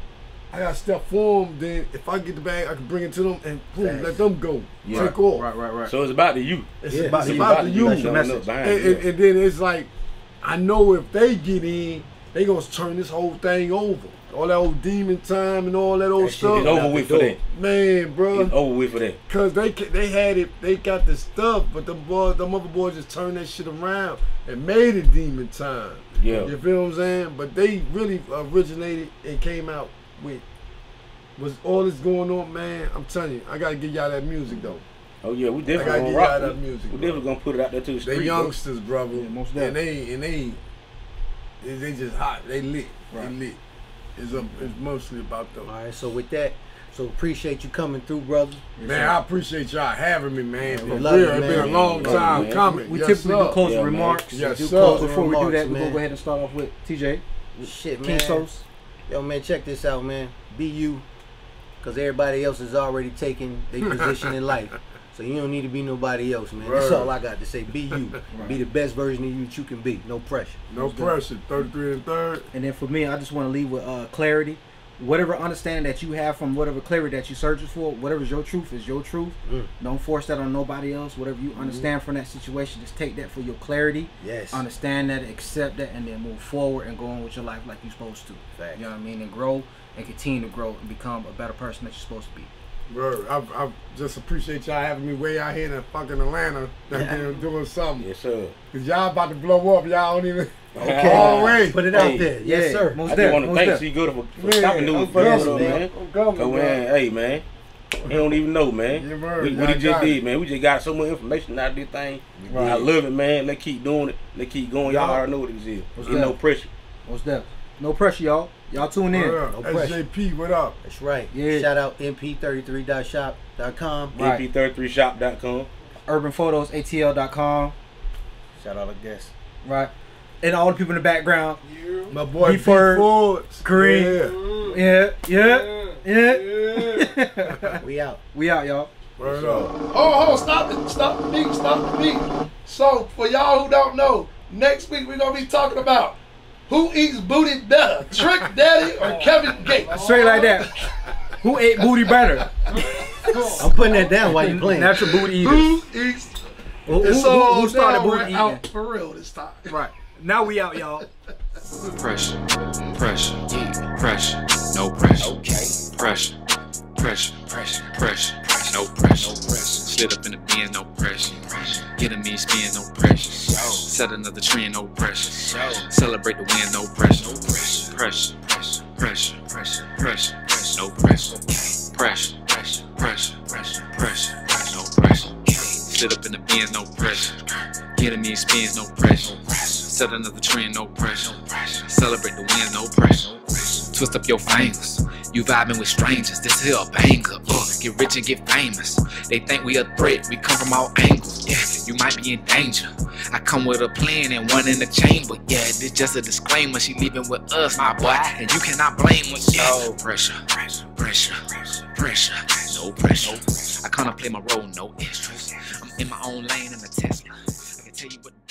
S4: I got to step for them. Then if I get the bag, I can bring it to them and boom,
S3: Facts.
S4: let them go.
S6: Yeah.
S4: Take off.
S5: Right, right, right.
S6: So it's about the you.
S4: It's
S3: Yeah,
S4: about,
S3: it's
S4: it's
S6: about
S4: about
S6: the
S4: the
S6: you.
S4: youth.
S6: That's your message.
S4: And, and, and then it's like, I know if they get in, they gonna turn this whole thing over. All that old demon time and all that old
S6: That shit
S4: stuff.
S6: is over with for that.
S4: Man, bro.
S6: It's over with for that.
S4: Cause they ca- they had it, they got the stuff, but the boy, the mother boys just turned that shit around and made it demon time.
S6: Yeah.
S4: You feel what I'm saying? But they really originated and came out with was all this going on, man. I'm telling you, I gotta give y'all that music though.
S6: Oh yeah, we
S4: I gotta
S6: definitely
S4: get
S6: gonna
S4: y'all
S6: rock.
S4: that
S6: We,
S4: music,
S6: we
S4: bro.
S6: definitely gonna put it out there to the
S4: They
S6: street. bro.
S4: youngsters, brother,
S5: Yeah, most
S4: and they and they they, they just hot. They lit. They lit. It's a, it's mostly about them.
S3: All right, so with that, so appreciate you coming through, brother.
S4: Man, I appreciate y'all having me, man. For
S3: We
S4: real,
S3: love you,
S4: it's been a
S3: man.
S4: long
S6: Yeah,
S4: time
S6: man.
S4: coming.
S5: We
S4: Yes,
S5: typically
S4: sir.
S5: do closing
S6: Yeah, man.
S5: remarks.
S4: Yes,
S5: do
S4: sir.
S5: close- Before we do
S3: Remarks,
S5: that, we're gonna
S3: man.
S5: go ahead and start off with TJ.
S3: Shit,
S5: King
S3: man.
S5: Sos.
S3: Yo, man, check this out, man. Be you, because everybody else is already taking their position in life. So you don't need to be nobody else, man. That's
S4: Word.
S3: all I got to say. Be you. Be the best version of you that you can be. No pressure.
S4: No pressure. 33 and third.
S5: And then for me, I just want to leave with uh, clarity. Whatever understanding that you have from whatever clarity that you're searching for, whatever's your truth is your truth.
S3: Mm. Mm-hmm.
S5: Don't force that on nobody else. Whatever you understand from that situation, just take that for your clarity.
S3: Yes.
S5: Understand that, accept that, and then move forward and go on with your life like you're supposed to.
S3: Facts.
S5: You know what I mean? And grow and continue to grow and become a better person that you're supposed to be.
S4: Bro, I, I just appreciate y'all having me way out here in fucking Atlanta that they doing something.
S6: Yes sir.
S4: Because y'all about to blow up. Y'all don't even.
S6: Okay.
S4: All the way.
S3: Put it
S6: Hey,
S3: out there. Yes,
S5: yeah,
S3: sir.
S5: most
S6: I just
S5: definitely,
S6: want to
S5: most
S6: thank
S5: definitely.
S6: C. Good for, for
S4: Man,
S6: stopping
S4: I'm
S6: these
S4: coming,
S6: videos, man.
S4: man. I'm coming,
S6: Go
S4: man.
S6: in, hey man. They don't even know,
S4: Yeah,
S6: man.
S4: bro.
S6: we we
S4: Y'all
S6: just
S4: got
S6: did,
S4: it.
S6: man. We just got so much information out of this thing. I love it, man. Let's keep doing it. Let's keep going. Y'all
S5: Y'all-
S6: already know what this is.
S5: What's
S6: Ain't no
S5: that?
S6: pressure.
S5: Most definitely. No pressure, y'all. Y'all tune in.
S4: Bro,
S3: No pressure.
S4: SJP, what up?
S3: That's right.
S5: Yeah.
S3: Shout out mp33.shop.com.
S5: Right.
S6: MP33shop.com.
S5: UrbanPhotosATL.com.
S3: Shout out to guests.
S5: Right. And all the people in the background.
S4: My boy
S5: He
S4: P
S5: first.
S4: Ford's.
S5: Green. Yeah, yeah, yeah.
S3: We out.
S5: we out, y'all.
S4: Word up.
S8: Oh, oh, stop it. Stop the beat. Stop the beat. So, for y'all who don't know, next week we're going to be talking about who eats booty better, Trick Daddy or Kevin Gates.
S5: Straight like that. Who ate booty better?
S3: I'm putting that down while you playing.
S5: Natural booty eaters.
S8: Who eats?
S5: Who, who,
S8: It's
S5: who-
S8: all
S5: who started booty eating?
S8: out for real this time.
S5: Right. Now we out, y'all.
S1: Pressure, pressure, pressure, no pressure. Okay. Pressure, pressure, pressure, pressure, no pressure. No pressure. Slid up in the bin, no pressure. Get a mean spin, no pressure. Set another trend, no pressure. Celebrate the win, no pressure. No pressure. Pressure, pressure, pressure, pressure, pressure, no pressure. Pressure, pressure, pressure, pressure, pressure, no pressure. Slid up in the bin, no pressure. Getting these spins, no pressure. Set another trend, no pressure. Celebrate the win, no pressure. Twist up your fingers. You vibing with strangers. This here a banger. Uh, get rich and get famous. They think we a threat. We come from all angles. Yeah, you might be in danger. I come with a plan and one in the chamber. Yeah, this just a disclaimer. She leaving with us, my boy, and you cannot blame us. Yeah, pressure, pressure, pressure, pressure. No pressure. I contemplate my role, no interest. I'm in my own lane in a Tesla. I can tell you what.